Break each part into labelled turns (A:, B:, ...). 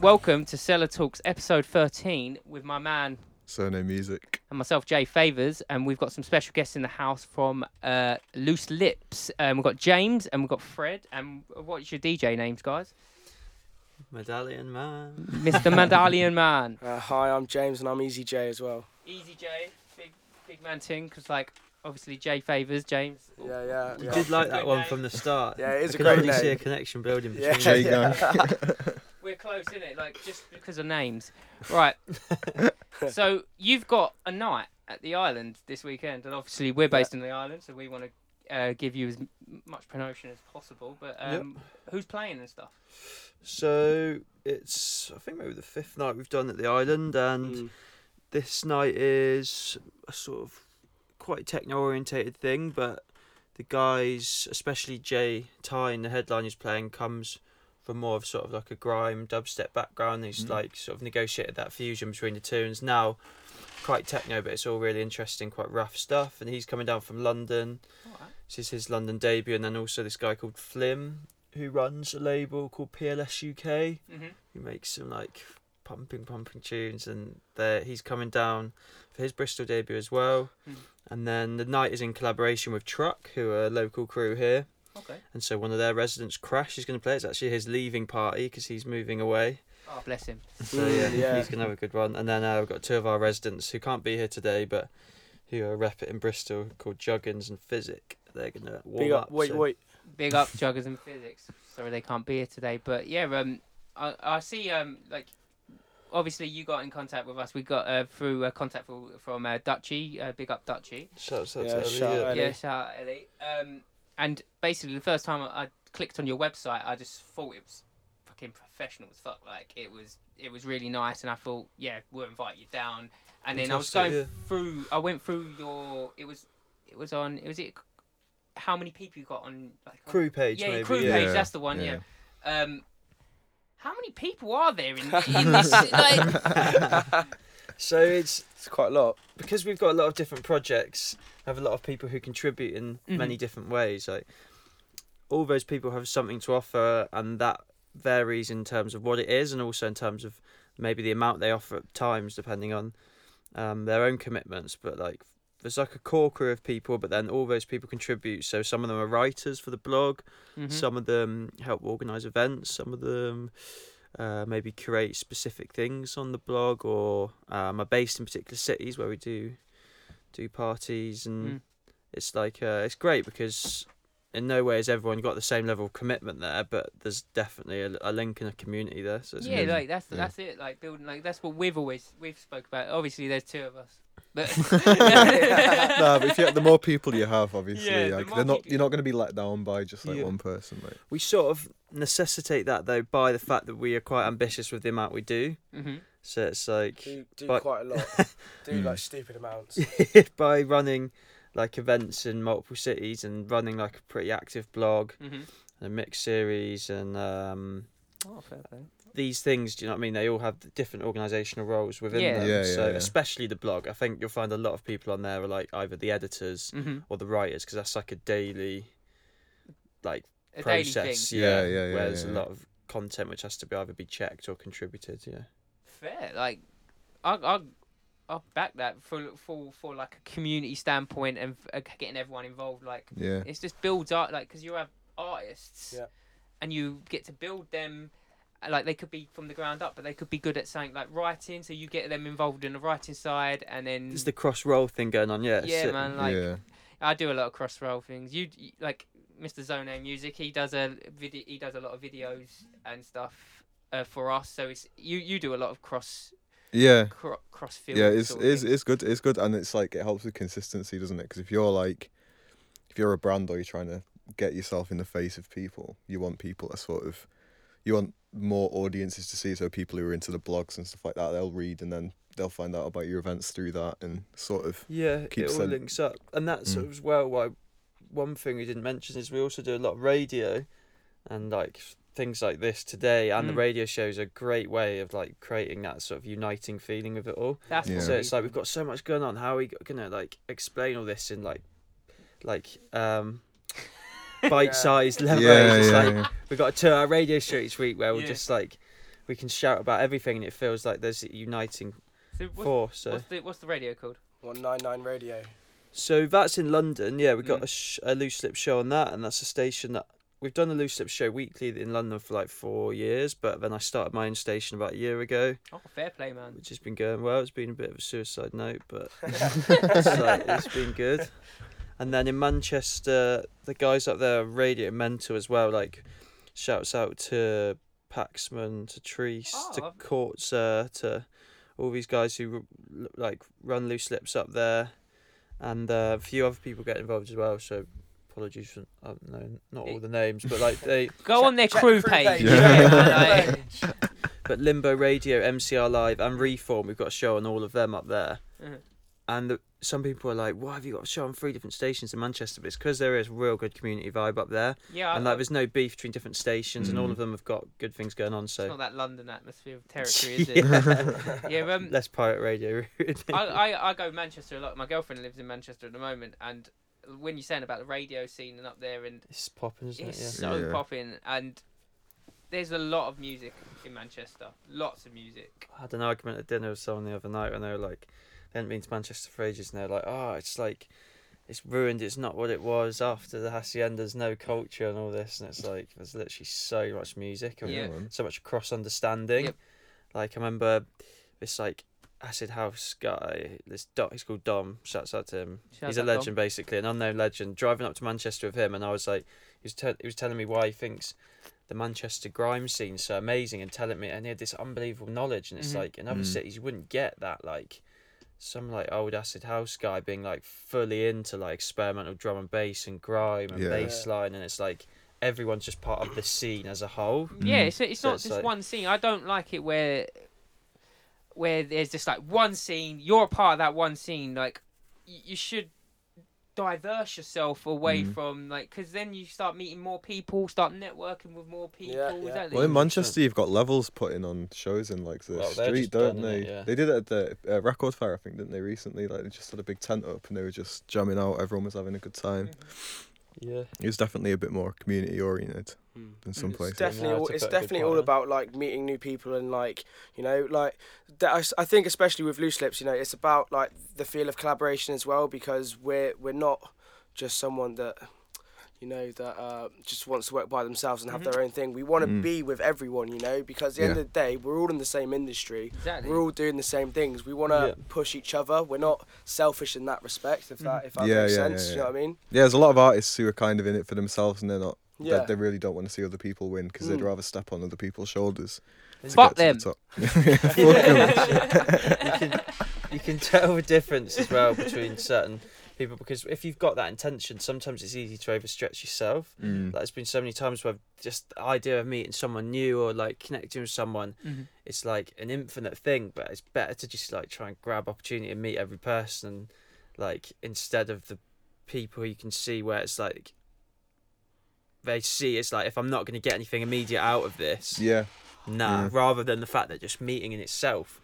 A: Welcome to Seller Talks episode 13 with my man
B: Surname music.
A: and myself, Jay Favors, and we've got some special guests in the house from uh, Loose Lips. Um, we've got James and we've got Fred. And what's your DJ names, guys?
C: Medallion man.
A: Mr. Medallion Man.
D: Uh, hi, I'm James and I'm Easy J as well.
A: Easy J, big, big man ting, because, like, obviously Jay Favors, James.
D: Oh, Yeah, yeah.
C: You
D: yeah.
C: did like that
A: Great
C: one
A: name.
C: from the start.
D: Yeah, it is
C: I
D: a
C: can
D: great
C: already see a
D: name.
C: connection building
D: Yeah.
C: between
B: J
C: you.
B: gang.
A: We're close, innit? Like, just because of names. Right. so, you've got a night at the island this weekend, and obviously, we're based in the island, so we want to uh, give you as m- much promotion as possible. But
C: Yep.
A: um, who's playing and stuff?
C: So it's I think maybe the fifth night we've done at the island, and
D: Mm.
C: this night is a sort of quite techno orientated thing, but the guys, especially Jay Tyne, the headline he's playing, comes from more of sort of like a grime dubstep background. He's
B: Mm.
C: like sort of negotiated that fusion between the tunes. Now quite techno, but it's all really interesting, quite rough stuff. And he's coming down from London. This is his London debut, and then also this guy called Flim, who runs a label called PLS UK
A: Mm-hmm.
C: he makes some like pumping pumping tunes and there he's coming down for his bristol debut as well
A: Hmm.
C: and then the night is in collaboration with truck who are a local crew here
A: Okay.
C: and so one of their residents crash is going to play it's actually his leaving party because he's moving away
A: Oh, bless him.
C: so
D: Mm,
C: yeah,
D: yeah.
C: he's going to have a good one and then uh, we've got two of our residents who can't be here today but who are rep it in bristol called juggins and physic they're going to warm
D: Big up.
C: up
D: Wait,
C: so-
D: wait.
A: Big up, Juggers and Physics. Sorry they can't be here today, but yeah, um, I, I see, um, like, obviously you got in contact with us. We got uh, through uh, contact from, from uh, Dutchy. Uh, big up, Dutchy.
C: Shouts out
D: Yeah,
C: to Ellie,
D: shout
C: yeah.
D: out. Ellie.
A: Yeah, shout out Ellie. Um, and basically, the first time I I clicked on your website, I just thought it was fucking professional as fuck. Like it was, it was really nice, and I thought, yeah, we'll invite you down. And then I was going
C: Fantastic,
A: through, I went through your, it was, it was on, it was it, how many people you got on like on-
C: crew page
A: yeah,
C: maybe
A: crew
C: yeah.
A: page.
B: Yeah,
A: That's the one. Yeah.
B: yeah.
A: Um, how many people are there in, in this? Like,
C: so it's
D: It's quite a lot.
C: because we've got a lot of different projects, have a lot of people who contribute in
A: Mm-hmm.
C: many different ways. Like all those people have something to offer, and that varies in terms of what it is, and also in terms of maybe the amount they offer at times, depending on um, their own commitments. But like there's like a core crew of people, but then all those people contribute. So some of them are writers for the blog,
A: Mhm.
C: some of them help organize events. Some of them uh, maybe curate specific things on the blog, or um, are based in particular cities where we do do parties, and
A: Mm.
C: it's like uh, it's great because in no way has everyone got the same level of commitment there, but there's definitely a, a link and a community there. So it's
A: yeah,
C: amazing.
A: like that's
B: Yeah.
A: that's it. Like building, like that's what we've always we've spoke about. Obviously, there's two of us, but
B: nah, but if you have, the more people you have, obviously,
A: Yeah, the
B: like,
A: more
B: they're not
A: people-
B: you're not going to be let down by just like
C: Yeah.
B: one person. Like,
C: we sort of necessitate that though by the fact that we are quite ambitious with the amount we do.
A: Mhm.
C: So it's like
D: Do, do
C: But-
D: quite a lot. Do
B: Mm.
D: like stupid amounts.
C: by running like events in multiple cities and running like a pretty active blog
A: Mhm.
C: and a mixed series and um,
A: Oh, fair play.
C: these things, do you know what I mean? They all have different organisational roles within
A: Yeah.
C: them.
B: Yeah, yeah,
C: so
B: yeah.
C: especially the blog, I think you'll find a lot of people on there are like either the editors
A: Mhm.
C: or the writers because that's like a daily like
A: A daily thing.
C: process.
B: Yeah, yeah, yeah,
C: Where there's
B: yeah,
C: a
B: yeah.
C: lot of content which has to be either be checked or contributed. Yeah.
A: Mm. Fair, like I I I back that for for for like a community standpoint and uh, getting everyone involved. Like
B: yeah,
A: it's just builds art, like because you have artists,
D: Yeah.
A: and you get to build them. uh, Like they could be from the ground up, but they could be good at something like writing. So you get them involved in the writing side, and then
C: There's the cross roll thing going on. Yeah. it's
A: yeah,
C: it.
A: man, like
B: yeah,
A: I do a lot of cross roll things. You you- like Mr. Zone Music. He does a video. He does a lot of videos and stuff uh, for us. So it's you. You do a lot of cross
B: yeah.
A: cro- cross field.
B: yeah it's
A: sort of
B: it's,
A: thing.
B: it's good it's good and it's like it helps with consistency doesn't it because if you're like if you're a brand or you're trying to get yourself in the face of people you want people that sort of you want more audiences to see so people who are into the blogs and stuff like that they'll read and then they'll find out about your events through that and sort of
C: Yeah, it
B: keeps
C: all
B: them-
C: links up, and that's
B: Mm.
C: as well why one thing we didn't mention is we also do a lot of radio, and like things like this today, and the
A: Mm.
C: radio shows are a great way of like creating that sort of uniting feeling of it all.
A: That's
B: Yeah.
A: what
C: So it's
A: we-
C: like we've got so much going on. How are we gonna like explain all this in like, like um, bite-sized
B: yeah
C: levels?
B: yeah,
C: it's
B: yeah,
C: like we've got a two-hour radio show each week where we'll
A: Yeah.
C: just like we can shout about everything, and it feels like there's a uniting
A: So what's,
C: force. So.
A: what's the what's the radio called?
D: 199 Radio.
C: So that's in London. Yeah, we got
A: Mm.
C: a, sh- a loose lip show on that, and that's a station that we've done a loose lip show weekly in London for like four years. But then I started my own station about a year ago,
A: Oh, fair play, man.
C: which has been going well. It's been a bit of a suicide note, but it's, like, it's been good. And then in Manchester, the guys up there are radio mental as well. Like, shouts out to Paxman, to Treese,
A: Oh,
C: to
A: I've-
C: Courtser, to all these guys who r- like run loose lips up there, and uh, a few other people get involved as well. So. Apologies for I don't know, not all the names, but like they,
A: Go
D: Check-
A: on their
D: check
A: crew,
D: the
A: page.
B: Yeah.
A: Yeah, man, like-
D: Page.
C: but Limbo Radio, MCR Live, and Reform, we've got a show on all of them up there.
A: Mhm.
C: and the, some people are like, "Why have you got a show on three different stations in Manchester?" But it's because there is real good community vibe up there,
A: yeah,
C: and
A: I-
C: like there's no beef between different stations, and all
B: Mm.
C: of them have got good things going on.
A: it's
C: So
A: not that London atmosphere of territory, is it?
C: yeah.
A: Yeah, um,
C: less pirate radio.
A: I, I, I go Manchester a lot. My girlfriend lives in Manchester at the moment, and when you're saying about the radio scene and up there, and
C: it's popping, isn't
A: it's
C: it?
A: so
B: Yeah.
A: popping, and there's a lot of music in Manchester. Lots of music.
C: Yeah. I had an argument at dinner with someone the other night, and they were like, "They hadn't been to Manchester for ages," and they're like, "Oh, it's like." It's ruined. It's not what it was after the haciendas. No culture and all this, and it's like there's literally so much music. and
A: Yeah.
B: man.
C: so much cross understanding.
A: Yep.
C: Like I remember this like acid house guy. This Dom, he's called Dom. Shouts out to him.
A: Shout
C: he's a
A: out, Dom.
C: legend, basically, an unknown legend. Driving up to Manchester with him, and I was like, he was tell he was telling me why he thinks the Manchester grime scene's so amazing, and telling me, and he had this unbelievable knowledge, and it's
A: Mhm.
C: like in other
B: Mm.
C: cities you wouldn't get that, like. Some like old acid house guy being like fully into like experimental drum and bass and grime and
B: Yeah.
C: bass line, and it's like everyone's just part of the scene as a whole.
A: Yeah,
B: Mm.
A: it's, it's
C: So
A: not
C: it's
A: just
C: like-
A: one scene. I don't like it where where there's just like one scene. You're a part of that one scene. Like y- you should diverse yourself away
B: Mm.
A: from like because then you start meeting more people, start networking with more people.
D: Yeah,
A: is
D: yeah.
A: that
B: Well, in
A: the-
B: Manchester, you've got levels putting on shows in like the
C: Well, they're
B: street,
C: just
B: don't
C: done
B: they?
C: it, yeah.
B: They did it at the uh, record fair, I think, didn't they? Recently, like they just had a big tent up and they were just jamming out. Everyone was having a good time.
C: Yeah.
B: It was definitely a bit more community oriented
D: Hmm.
B: than some
A: It's
B: places.
D: It's definitely,
C: Yeah,
D: all,
C: that's a
D: it's
C: good- good
D: definitely
C: point,
D: all
C: yeah.
D: about like meeting new people and like you know like that I, s- I think especially with loose lips you know it's about like the feel of collaboration as well because we're we're not just someone that you know that uh, just wants to work by themselves and have their own thing we want to
B: Mm.
D: be with everyone you know because at the end
B: Yeah.
D: of the day we're all in the same industry
A: Exactly.
D: we're all doing the same things we want to
C: Yeah.
D: push each other we're not selfish in that respect if that if that
B: Mm. Yeah,
D: makes
B: yeah, yeah,
D: sense
B: yeah.
D: you know what I mean
B: Yeah, there's a lot of artists who are kind of in it for themselves and they're not. they-
D: yeah
B: They, really don't want to see other people win because they'd
D: Mm.
B: rather step on other people's shoulders. to
A: Fuck
B: get to the top. Fuck 'em.
C: you, can,
A: Mm-hmm.
C: you can tell the difference as well between certain people because if you've got that intention, sometimes it's easy to overstretch yourself.
B: Mm.
C: Like, there's been so many times where I've just the idea of meeting someone new or like connecting with someone,
A: Mhm.
C: it's like an infinite thing, but it's better to just like try and grab opportunity and meet every person, like instead of the people you can see where it's like they see it's like if I'm not going to get anything immediate out of this,
B: Yeah.
C: nah,
B: Yeah.
C: rather than the fact that just meeting in itself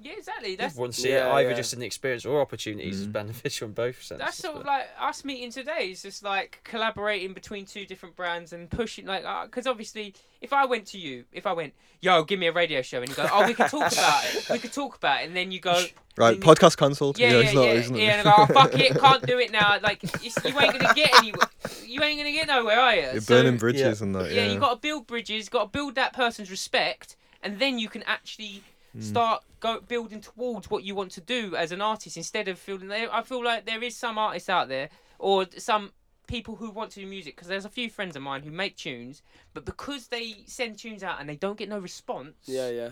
A: Yeah, exactly. That's
C: everyone see it
D: Yeah,
C: either
D: yeah.
C: just an experience or opportunities is
B: Mm.
C: beneficial in both senses.
A: that's sort of
C: but-
A: like us meeting today is just like collaborating between two different brands and pushing like because obviously if i went to you if i went yo give me a radio show and you go oh we could talk about it we could talk about it and then you go
B: Right,
A: Mm.
B: podcast cancelled.
A: yeah yeah yeah,
B: it's not,
A: yeah,
B: isn't it?
A: and i go oh, fuck it can't do it now like it's, you ain't gonna get anywhere you ain't gonna get nowhere are you
B: You're
A: So,
B: burning bridges and that.
A: yeah,
B: Yeah,
A: you got to build bridges got to build that person's respect and then you can actually
D: Hmm.
B: Mm.
A: start go building towards what you want to do as an artist instead of feeling there I feel like there is some artists out there or some people who want to do music because there's a few friends of mine who make tunes but because they send tunes out and they don't get no response
D: yeah yeah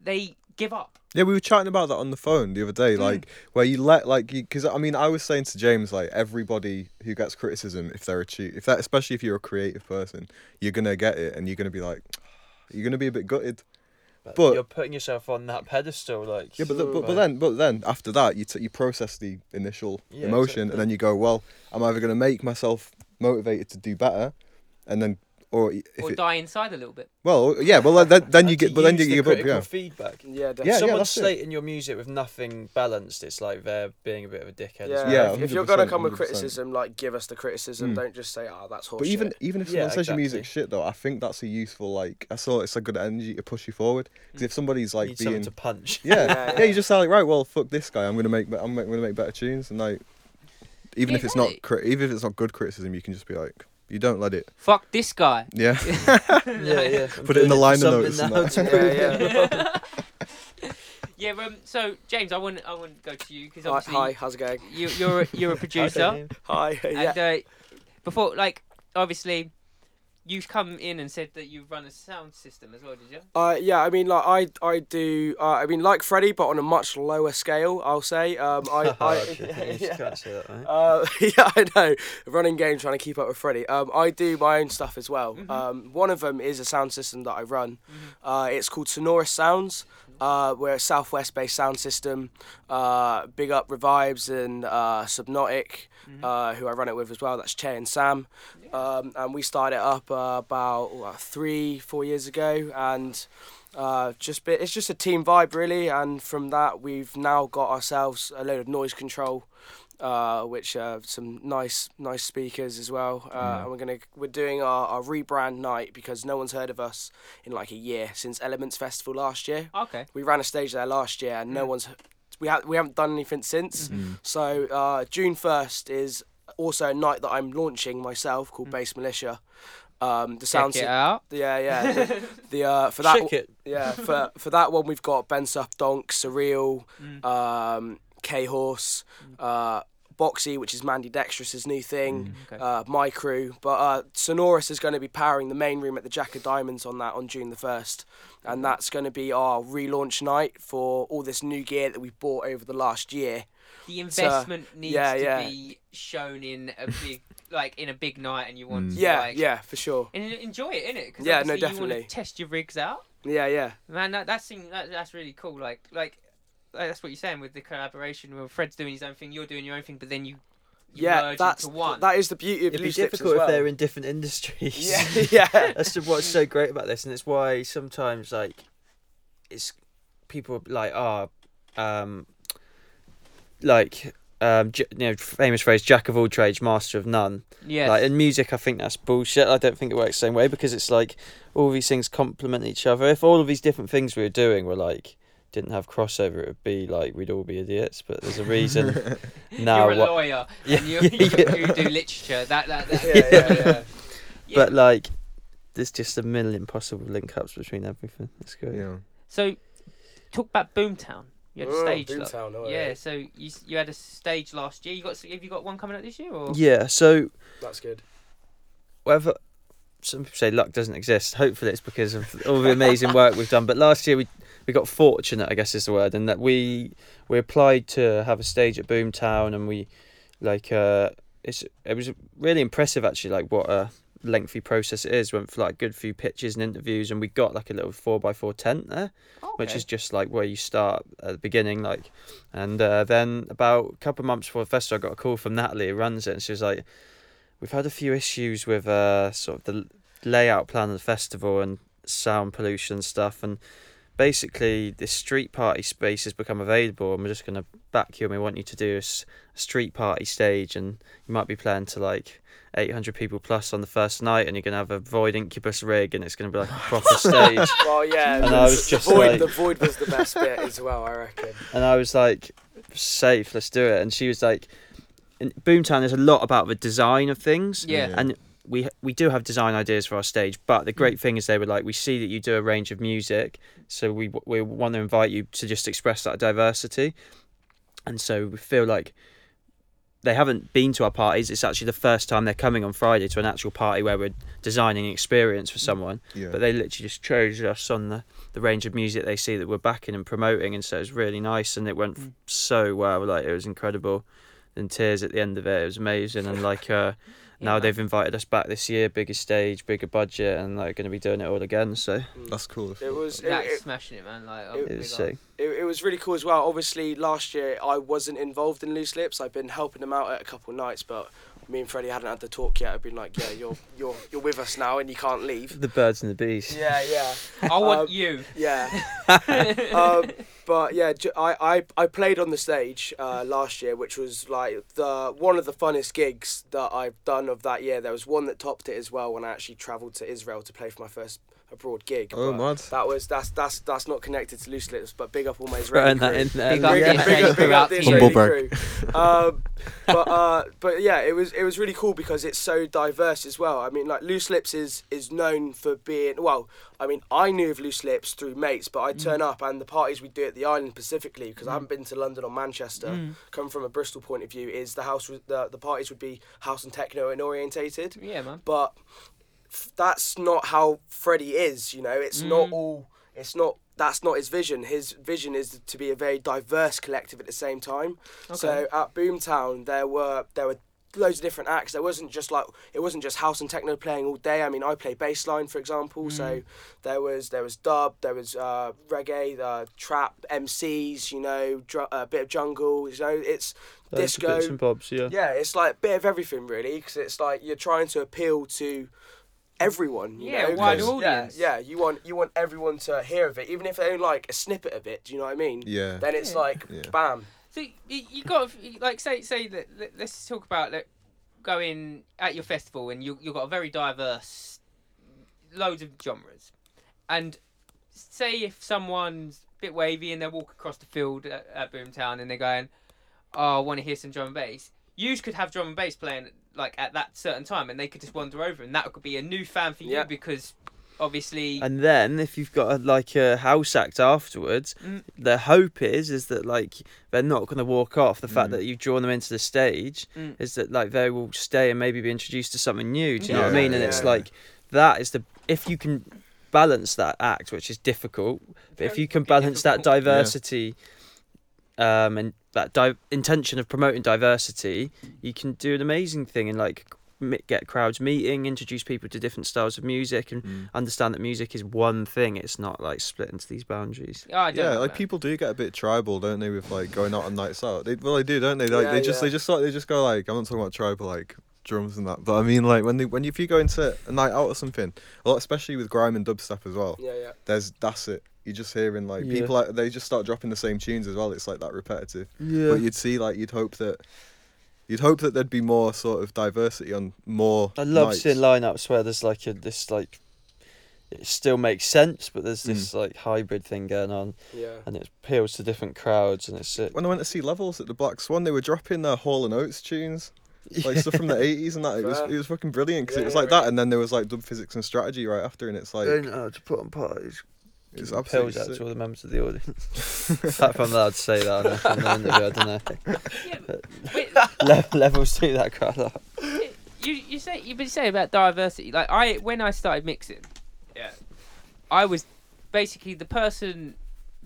A: they give up
B: Yeah, we were chatting about that on the phone the other
C: Mm.
B: day, like where you let like because I mean I was saying to James like everybody who gets criticism if they're a cheat if that especially if you're a creative person you're gonna get it and you're gonna be like you're gonna be a bit gutted. but-
C: you're putting yourself on that pedestal, like
B: Yeah, but, th- but but then but then after that you t- you process the initial
C: Yeah,
B: emotion
C: exactly.
B: and then you go well I'm either gonna make myself motivated to do better and then or if
A: or
B: it,
A: die inside a little bit.
B: well, yeah, well then, then you
C: And
B: get,
C: to
B: but then you
C: use the
B: give up,
C: critical
B: yeah.
C: feedback.
D: Yeah,
B: Yeah,
D: definitely.
C: If Someone's
B: that's it.
C: slating your music with nothing balanced. It's like they're being a bit of a dickhead.
D: Yeah,
C: as
B: Yeah,
C: well.
D: if, if you're gonna
B: 100%,
D: come with
B: 100%.
D: criticism, like give us the criticism.
B: Mm.
D: Don't just say, "Oh, that's horseshit."
B: But even even if
C: Yeah,
B: someone says your music's
C: exactly.
B: shit though, I think that's a useful like. I saw it's a good energy to push you forward. Because if somebody's
C: You
B: like
C: Mm. need someone
B: being
C: to punch.
B: yeah,
D: Yeah,
B: yeah,
D: yeah.
B: you just sound like right. Well, fuck this guy. I'm gonna make. I'm gonna make better tunes, and like, even
A: Yeah,
B: if it's not,
A: right.
B: cri- even if it's not good criticism, you can just be like, you don't let it.
A: Fuck this guy.
B: Yeah,
C: yeah, yeah. I'm
B: Put it in
C: doing
B: the
C: for
B: liner
C: something
B: notes and
C: now
B: that.
C: to
D: Yeah,
C: prove
D: yeah.
C: it.
A: Yeah. Um, so James, I want I want to go to you because
D: Hi,
A: obviously
D: hi, how's it going?
A: you you're a, you're a producer.
D: Hi, yeah.
A: And uh, before, like, obviously, you've come in and said that you run a sound system as well, did you?
D: Uh, yeah, I mean, like I, I do. Uh, I mean, like Freddie, but on a much lower scale. I'll say. Um, I, I
C: Okay, you
D: yeah.
C: can't say that, right?
D: Uh, yeah, I know. Running game, trying to keep up with Freddie. Um, I do my own stuff as well. Um, one of them is a sound system that I run. Uh, it's called Sonorous Sounds. Uh, we're a Southwest-based sound system. Uh, big up Revibes and uh, Subnautic, uh, who I run it with as well. That's Che and Sam. Um, and we started it up uh, about what, three, four years ago, and uh, just bit. It's just a team vibe, really. And from that, we've now got ourselves a load of noise control, uh, which are some nice, nice speakers as well. Uh, And we're gonna we're doing our, our rebrand night because no one's heard of us in like a year since Elements Festival last year.
A: Okay.
D: We ran a stage there last year, and no one's we ha- we haven't done anything since.
A: Mm-hmm.
D: So uh, June first is also a night that I'm launching myself called Bass Militia. Um, the sound
A: Mm. Check it
D: sy-
A: out.
D: yeah, yeah. The, the, uh, for that,
C: Check it.
D: yeah, for for that one we've got Ben Suff Donk, Surreal,
C: Mm.
D: um, K Horse, uh, Boxy, which is Mandy Dextrous's new thing,
C: Mm,
A: Okay.
D: uh, my crew. But uh, Sonorous is going to be powering the main room at the Jack of Diamonds on that on June the first,
C: Mm.
D: and that's going to be our relaunch night for all this new gear that we've bought over the last year.
A: The investment needs
D: yeah, yeah.
A: to be shown in a big, like, in a big night, and you want to,
D: Mm. Yeah,
A: like,
D: yeah, for sure.
A: and en- enjoy it, innit? 'Cause
D: Yeah, no,
A: obviously You
D: definitely.
A: want to test your rigs out,
D: Yeah, yeah,
A: man. That that seems that, that's really cool. Like like. like, That's what you're saying with the collaboration. Where Fred's doing his own thing, you're doing your own thing, but then you, you
D: yeah.
A: merge
D: That's
A: into one.
D: that is the beauty of
C: It'd be
D: loose lips as
C: difficult if
D: well.
C: they're in different industries.
D: yeah, yeah.
C: That's just what's so great about this, and it's why sometimes like it's people are like ah, um, like um, j- you know, famous phrase, jack of all trades, master of none.
A: yes.
C: Like in music, I think that's bullshit. I don't think it works the same way because it's like all these things complement each other. If all of these different things we were doing were like didn't have crossover, it would be like we'd all be idiots. But there's a reason now.
A: you're a
C: what-
A: lawyer,
C: Yeah,
A: and you,
C: yeah,
A: you,
C: yeah.
A: you do literature. That that that.
D: Yeah, yeah, yeah.
A: Yeah.
C: but like, there's just a million possible link ups between everything. It's great.
B: yeah.
A: So, talk about Boomtown. You had a
D: Mm,
A: stage. lo-
D: Boomtown, oh,
A: yeah,
D: yeah.
A: So you s- you had a stage last year. You got s- have you got one coming up this year or?
C: Yeah, so
D: That's good.
C: whether some people say luck doesn't exist, hopefully it's because of all the amazing work we've done. But last year we we got fortunate, I guess is the word, and that we we applied to have a stage at Boomtown, and we like uh, it's it was really impressive actually, like what a lengthy process it is. Went for like a good few pitches and interviews, and we got like a little four by four tent there which
A: Okay.
C: is just like where you start at the beginning, like, and uh, then about a couple of months before the festival, I got a call from Natalie who runs it, and she was like, "We've had a few issues with uh, sort of the l- layout plan of the festival and sound pollution stuff, and basically this street party space has become available, and we're just gonna back you, and we want you to do a s- a street party stage, and you might be playing to like." 800 people plus on the first night, and you're gonna have a void incubus rig, and it's gonna be like a proper stage.
D: Well, yeah.
C: And I was just
D: void,
C: like-
D: the void was the best bit as well, I reckon.
C: And I was like, safe, let's do it. And she was like, in Boomtown, there's a lot about the design of things.
A: Yeah.
C: And we we do have design ideas for our stage, but the great thing is they were like, we see that you do a range of music, so we we want to invite you to just express that diversity. And so we feel like they haven't been to our parties. It's actually the first time they're coming on Friday to an actual party where we're designing an experience for someone
B: Yeah.
C: but they literally just chose us on the, the range of music they see that we're backing and promoting and so it was really nice and it went f so well like it was incredible and tears at the end of it it was amazing and like uh now
A: man.
C: they've invited us back this year bigger stage bigger budget and like going to be doing it all again so
B: That's cool.
D: It was. It,
A: That is
D: it,
A: smashing it, man. Like
D: it-
A: I'm
C: it
A: big
C: was
A: on-
C: sick
D: it, it was really cool as well. Obviously, last year I wasn't involved in Loose Lips. I've been helping them out at a couple nights, but me and Freddie hadn't had the talk yet, I'd been like, yeah, you're you're you're with us now and you can't leave.
C: The birds and the bees.
D: Yeah, yeah,
A: I want
D: Um,
A: you.
D: yeah. um, but yeah, ju- I, I, I played on the stage uh, last year, which was like the one of the funnest gigs that I've done of that year. There was one that topped it as well when I actually travelled to Israel to play for my first abroad gig.
B: Oh,
D: But
B: mad.
D: That was that's that's that's not connected to loose lips, but big up all my
C: Throwing
D: Israeli
C: that
D: crew.
C: in there.
A: Big up
D: Big
A: the
D: up-
A: Israeli
D: big up- big
A: crew out
D: up the Israeli
E: there.
D: crew. Um, but uh, but yeah, it was it was really cool because it's so diverse as well. I mean, like Loose Lips is is known for being well. I mean, I knew of Loose Lips through mates, but I turn up and the parties we do at the island specifically because I haven't been to London or Manchester. Come from a Bristol point of view, is the house with- the the parties would be house and techno and orientated
A: Yeah, man.
D: but f- that's not how Freddie is. You know, it's
C: Mm.
D: not all. It's not. That's not his vision. His vision is to be a very diverse collective at the same time. So at Boomtown, there were there were loads of different acts. There wasn't just like it wasn't just house and techno playing all day. I mean, I play bassline for example.
C: Mm.
D: So there was there was dub, there was uh, reggae, uh, trap, MCs. You know, dr- a bit of jungle. You know, it's
C: Loads of
D: disco.
C: Bits and bobs, yeah.
D: Yeah, it's like a bit of everything really, because it's like you're trying to appeal to everyone. You
A: Yeah,
D: know?
A: wide
D: 'cause-
A: audience.
D: Yeah, yeah, you want you want everyone to hear of it, even if they don't like a snippet of it. Do you know what I mean?
B: Yeah.
D: Then it's like
B: Yeah.
D: bam.
A: So you, you got to- like say say that let- let's talk about like going at your festival and you you've got a very diverse loads of genres, and say if someone's a bit wavy and they walk across the field at, at Boomtown and they're going, oh, I want to hear some drum and bass. You could have drum and bass playing like at that certain time, and they could just wander over, and that could be a new fan for you
D: Yeah.
A: because obviously
C: And then if you've got a, like a house act afterwards,
A: Mm.
C: the hope is is that like they're not going to walk off. The fact that you've drawn them into the stage
A: Mm.
C: is that like they will stay and maybe be introduced to something new. Do you know what I
B: Yeah.
C: mean? And it's
D: Yeah.
C: like that is the if you can balance that act, which is difficult, but if
A: Very
C: you can
A: fucking
C: balance that
A: difficult.
C: diversity. Um, and that di- intention of promoting diversity, you can do an amazing thing and like mi- get crowds meeting, introduce people to different styles of music, and
B: Mm.
C: understand that music is one thing. It's not like split into these boundaries.
A: Oh, I don't
B: Yeah,
A: know
B: like
A: about-
B: people do get a bit tribal, don't they, with like going out on nights out. They well they do, don't they? Like
D: Yeah,
B: they just
D: yeah.
B: they just like they just go like I'm not talking about tribal like drums and that. But I mean like when they when if you go into a night out or something, a lot especially with grime and dubstep as well,
D: Yeah, yeah.
B: there's that's it. You're just hearing like
C: Yeah.
B: people like they just start dropping the same tunes as well. It's like that repetitive.
C: Yeah.
B: But you'd see like you'd hope that you'd hope that there'd be more sort of diversity on more
C: I love
B: nights.
C: seeing lineups where there's like a this like it still makes sense, but there's
B: Mm.
C: this like hybrid thing going on,
D: Yeah.
C: and it appeals to different crowds, and it's sick.
B: when I went to see Levels at the Black Swan, they were dropping their Hall and Oates tunes, like stuff from the eighties and that. It was
D: Fair.
B: it was fucking brilliant because
D: Yeah,
B: it was
D: yeah,
B: like
D: right.
B: that, and then there was like dub physics and strategy right after, and it's like
C: know to put on parties.
B: it's absolutely
C: Pills out
B: sick.
C: to all the members of the audience. if I'm allowed to say that, on an interview, I don't know.
A: Yeah, but- wait,
C: Le- levels do that crowd up.
A: you you say you've been saying about diversity. Like I when I started mixing, yeah, I was basically the person.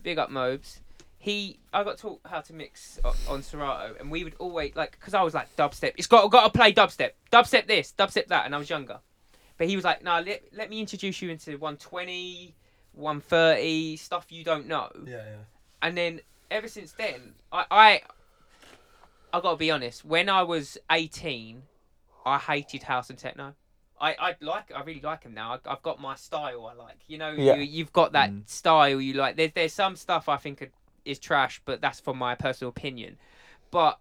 A: Big up Mobes. He I got taught how to mix o- on Serato, and we would always like because I was like dubstep. It's got got to play dubstep, dubstep this, dubstep that, and I was younger. But he was like, no, let, let me introduce you into 120, 130 stuff you don't know.
C: Yeah,
A: And then ever since then, I I I gotta be honest. When I was eighteen, I hated house and techno. I, I like I really like them now. I, I've got my style. I like you know
C: Yeah.
A: you you've got that style you like. There's there's some stuff I think are- is trash, but that's from my personal opinion. But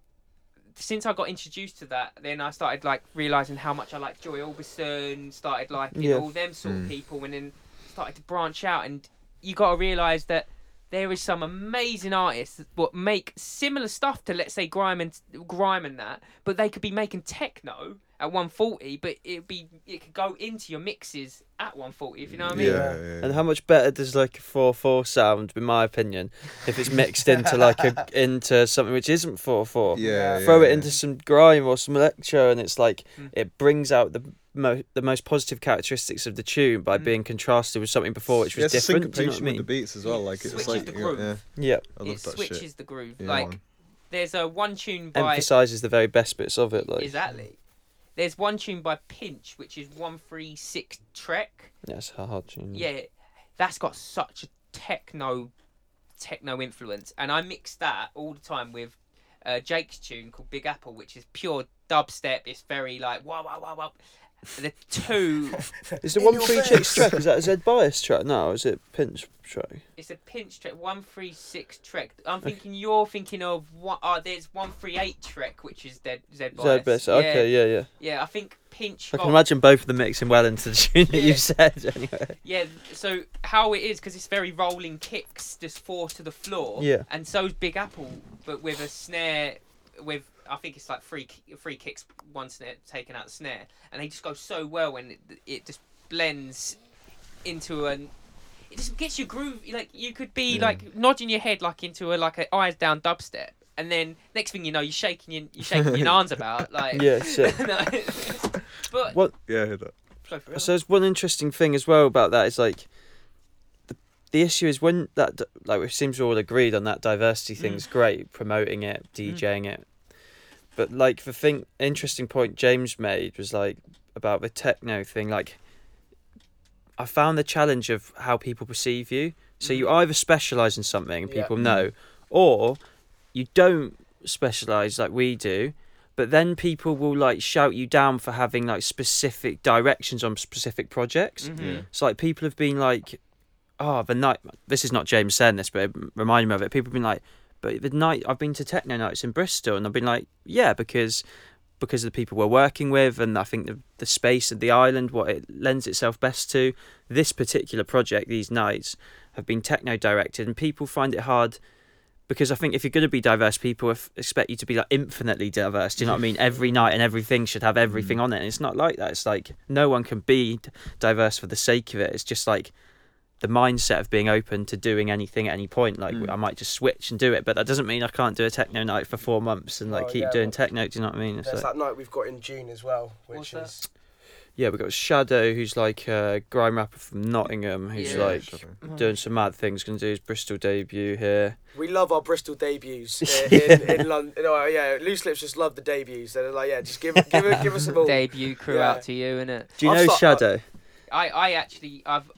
A: since I got introduced to that, then I started like realizing how much I like Joy Orbison. Started liking
C: Yeah.
A: all them
B: Mm.
A: sort of people, and then started to branch out. And you got to realize that there is some amazing artists that what make similar stuff to let's say grime and grime and that, but they could be making techno at 140, but it'd be it could go into your mixes at 140 if you know what I mean.
B: Yeah,
C: And
B: yeah.
C: how much better does like a four four sound, in my opinion, if it's mixed into like a into something which isn't four four?
B: Yeah,
C: Throw
B: yeah, Mm.
C: it
B: yeah.
C: into some grime or some electro, and it's like it brings out the mo- the most positive characteristics of the tune by being contrasted with something before, which
B: Yeah,
C: was
B: it's
C: different. Do you know what I
B: Mm. syncopation with the
C: mean?
B: beats as well. Like it's
A: Switches
B: like
A: the
B: yeah,
A: groove.
B: yeah,
C: Yeah,
B: I
A: It
B: love that
A: switches
B: shit.
A: the groove.
B: Yeah,
A: like
B: man.
A: there's a one tune by
C: emphasizes the very best bits of it. Like,
A: exactly. There's one tune by Pinch which is 136 Trek.
C: yeah, it's a hard tune.
A: yeah, that's got such a techno techno influence, and I mix that all the time with uh, uh, Jake's tune called Big Apple, which is pure dubstep. It's very like wow wow wow wow. The two,
C: Is the one three chicks track? Is that a Zed bias track? No, is it pinch track?
A: it's a pinch track, one three six track. I'm thinking you're thinking of one. Oh, there's one three eight track, which is Dead Zed Bias.
C: Zed bias. Okay, yeah, yeah.
A: Yeah, I think pinch.
C: I
A: Hop-
C: can imagine both of them mixing well into the tune that
A: Yeah.
C: you said. Anyway.
A: Yeah, so how it is because it's very rolling kicks, just four to the floor.
C: Yeah.
A: And so's Big Apple, but with a snare, with I think it's like three ki- three kicks, one snare taken out the snare, and they just go so well when it, it just blends into an. It just gets your groove. Like you could be
B: Yeah.
A: like nodding your head like into a like a eyes down dubstep, and then next thing you know, you're shaking your you're shaking your arms about like.
C: Yeah, so
A: No. but
C: What-
B: Yeah, I heard that.
A: go for it.
C: So there's one interesting thing as well about that is like the the issue is when that d- like it seems we're all agreed on that diversity thing's great promoting it DJing it, but like the thing interesting point James made was like about the techno thing like I found the challenge of how people perceive you. So you either specialize in something and
D: Yeah.
C: people know, or you don't specialize like we do but then people will like shout you down for having like specific directions on specific projects
A: Mhm.
C: so like people have been like oh the night this is not james saying this but it reminded me of it people have been like but the night i've been to techno nights in bristol and i've been like yeah because because of the people we're working with and i think the, the space of the island what it lends itself best to this particular project these nights have been techno directed and people find it hard because I think if you're going to be diverse, people if, expect you to be like infinitely diverse. Do you know what I mean? Every night and everything should have everything on it. And it's not like that. It's like no one can be d- diverse for the sake of it. It's just like the mindset of being open to doing anything at any point. Like
D: Mm.
C: I might just switch and do it, but that doesn't mean I can't do a techno night for four months and like
D: Oh,
C: keep
D: yeah,
C: doing
D: well,
C: techno. Do you know what I mean? It's
D: There's
C: like-
D: that night we've got in June as well,
A: What's
D: which
A: that?
D: is
C: yeah, we've got Shadow, who's like a grime rapper from Nottingham, who's
A: Yeah.
C: like doing some mad things. Going to do his Bristol debut here.
D: we love our Bristol debuts uh, in, in London. No, yeah, Loose Lips just love the debuts. They're like, yeah, just give give give us a ball.
A: debut crew
D: Yeah.
A: out to you, innit?
C: Do you
D: I've uh,
C: know
D: got-
C: Shadow?
A: I, I actually I've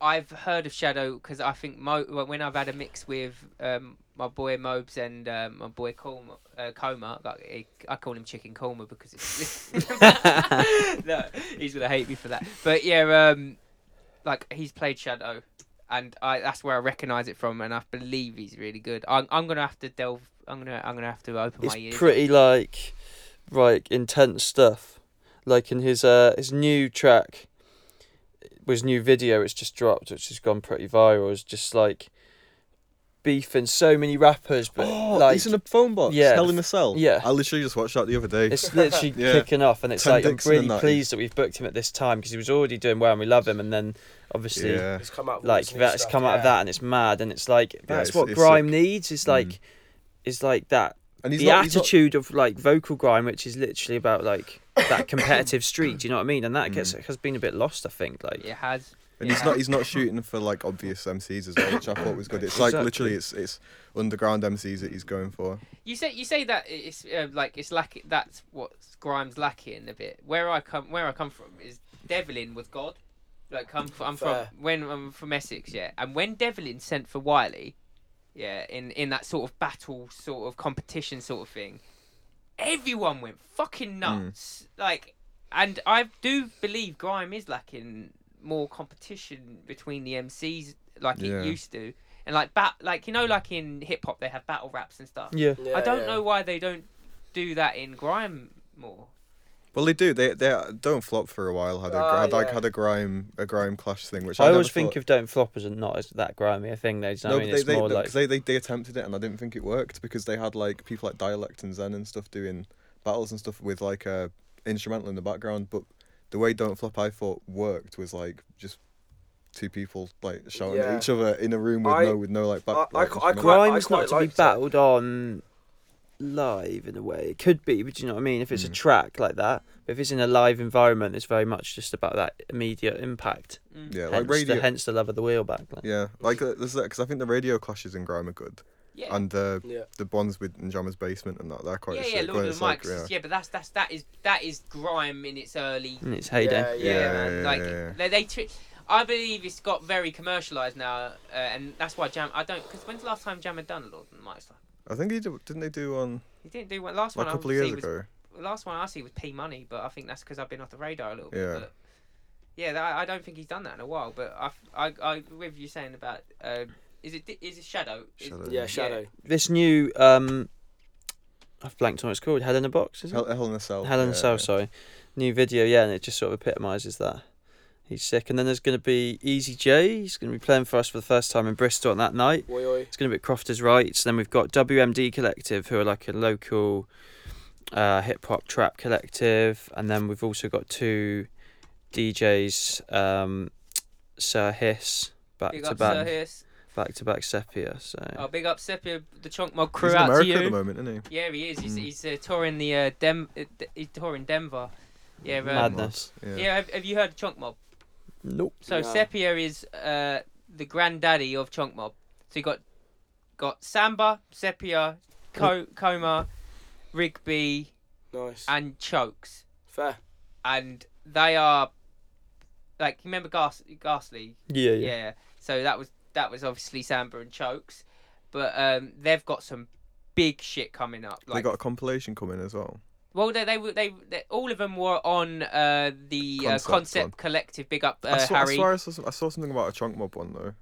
A: I've heard of Shadow because I think Mo well, when I've had a mix with um, my boy Mobes and um, my boy Coma, uh, Coma like, he- I call him Chicken Coma because it's no he's gonna hate me for that but yeah um like he's played Shadow and I that's where I recognise it from and I believe he's really good I'm, I'm gonna have to delve I'm gonna I'm gonna have to open my
C: it's
A: ears
C: pretty like like intense stuff like in his uh his new track his new video it's just dropped which has gone pretty viral it's just like beefing so many rappers but
B: Oh,
C: like
B: he's in a phone box.
C: yeah.
B: Hell in a cell.
C: Yeah.
B: I literally just watched that the other day.
C: it's literally
B: Yeah.
C: kicking off and it's
B: Ten
C: like i'm
B: Dixon
C: really
B: and that.
C: pleased that we've booked him at this time because he was already doing well and we love him and then obviously
B: yeah.
D: It's come out with all
C: like
D: this new
C: that's
D: stuff,
C: come out of
D: yeah.
C: that and it's mad and it's like
B: it's-
C: that's
B: Mm.
C: what
B: it's
C: grime
B: sick.
C: needs is like is like that
B: And he's
C: the
B: not, he's not-
C: attitude of like vocal grime, which is literally about like that competitive streak. Do you know what I mean? And that gets
B: Mm.
C: has been a bit lost, I think. Like,
A: it has
B: And
A: it
B: he's
A: has.
B: not he's not shooting for like obvious MCs as well, which I thought was good. It's like
C: Exactly.
B: literally it's it's underground MCs that he's going for.
A: You say you say that it's uh, like it's lacking. That's what Grimes lacking a bit. Where I come where I come from is Devlin was God. Like come from, I'm
D: Fair.
A: from when I'm from Essex, yeah. And when Devlin sent for Wiley, yeah, in in that sort of battle, sort of competition, sort of thing, everyone went fucking nuts. Like, and I do believe Grime is lacking more competition between the MCs like
B: Yeah.
A: it used to. And like bat, like you know, like in hip hop, they have battle raps and stuff.
C: yeah,
D: Yeah,
A: I don't
D: yeah.
A: know why they don't do that in grime more.
B: Well, they do. They they don't flop for a while. Had a,
D: Ah,
B: had, like
D: yeah.
B: had a grime a grime clash thing, which I,
C: I always
B: never
C: think
B: thought-
C: of don't flop as not as that grimy a thing. Though, do you know
B: No,
C: what I mean?
B: they,
C: It's
B: they,
C: more
B: no,
C: like
B: 'cause they, they they attempted it and I didn't think it worked because they had like people like Dialect and Zen and stuff doing battles and stuff with like a instrumental in the background. But the way Don't Flop I thought worked was like just two people like shouting
D: Yeah.
B: at each other in a room with
D: I-
B: no with no like back.
D: I- I
B: like,
D: qu- I
B: instrumental.
D: quite-
C: grime's
D: quite
C: not to be
D: liked it.
C: battled on live in a way. It could be, but do you know what I mean? If it's a
B: Mm.
C: track like that, but if it's in a live environment, it's very much just about that immediate impact.
B: yeah,
C: hence,
B: like radio.
C: the, hence the love of the wheel back. Like.
B: Yeah, like uh, because I think the radio clashes in grime are good,
A: Yeah.
B: and the
D: Yeah.
B: the ones with Njama's basement and that they're quite
A: yeah,
B: sick.
A: yeah,
B: when
A: Lord of
B: it's
A: the
B: like,
A: Mics. is- yeah. but that's that's that is that is grime in its early.
C: In its heyday.
A: Yeah,
D: Yeah,
B: Yeah,
A: man.
B: yeah,
A: like
B: yeah, yeah.
A: they, they tri- I believe it's got very commercialized now, uh, and that's why Jam. I don't because when's the last time Jam had done a Lord of the Mics?
B: I think he did, didn't they do on
A: He didn't do one. Last
B: Like a
A: one
B: couple
A: I
B: of
A: see
B: years
A: was
B: ago.
A: last one I see was P Money, but I think that's because I've been off the radar a little bit.
B: Yeah.
A: But yeah, that, I don't think he's done that in a while. But I, I, I with you saying about, uh, is it is it Shadow? Is-
B: Shadow.
D: Yeah, Shadow.
C: This new um, I've blanked on what it's called. Head in a box, is it?
B: Hell, Hell in a Cell.
C: Helen
B: Oh, yeah,
C: Cell,
B: yeah.
C: sorry. New video, yeah, and it just sort of epitomises that. He's sick. And then there's going to be Easy J. He's going to be playing for us for the first time in Bristol on that night.
D: Oi, oi.
C: It's going to be at Crofters Rights. Then we've got WMD Collective, who are like a local uh, hip hop trap collective. And then we've also got two DJs, um, Sir Hiss, back
A: Big
C: to
A: up Sir
C: back,
A: Hiss.
C: back to back Sepia. So
A: Oh, big up Sepia, the Chunk Mod crew
B: He's in
A: out
B: America
A: to you.
B: at the moment, isn't he?
A: Yeah, he is. He's,
B: Mm.
A: he's uh, touring the uh, Dem. Uh, d- he's touring Denver. Yeah, um,
C: madness.
B: Yeah.
A: Yeah, have, have you heard of Chunk Mob?
C: Nope.
A: So
D: No.
A: Sepia is uh, the granddaddy of Chunk Mob. So you got got Samba, Sepia, Co- Coma, Rigby,
D: Nice.
A: and Chokes,
D: Fair.
A: and they are like you remember Gas- Ghastly,
C: Yeah,
A: yeah.
C: yeah.
A: So that was that was obviously Samba and Chokes, but um, they've got some big shit coming up.
B: they
A: Like,
B: got a compilation coming as well.
A: well, they, they were they, they all of them were on uh, the
B: Concept
A: uh,
B: one.
A: Concept Collective. Big up uh,
B: I, saw, I,
A: Harry.
B: swear I, saw some, I saw something about a chunk mob one though.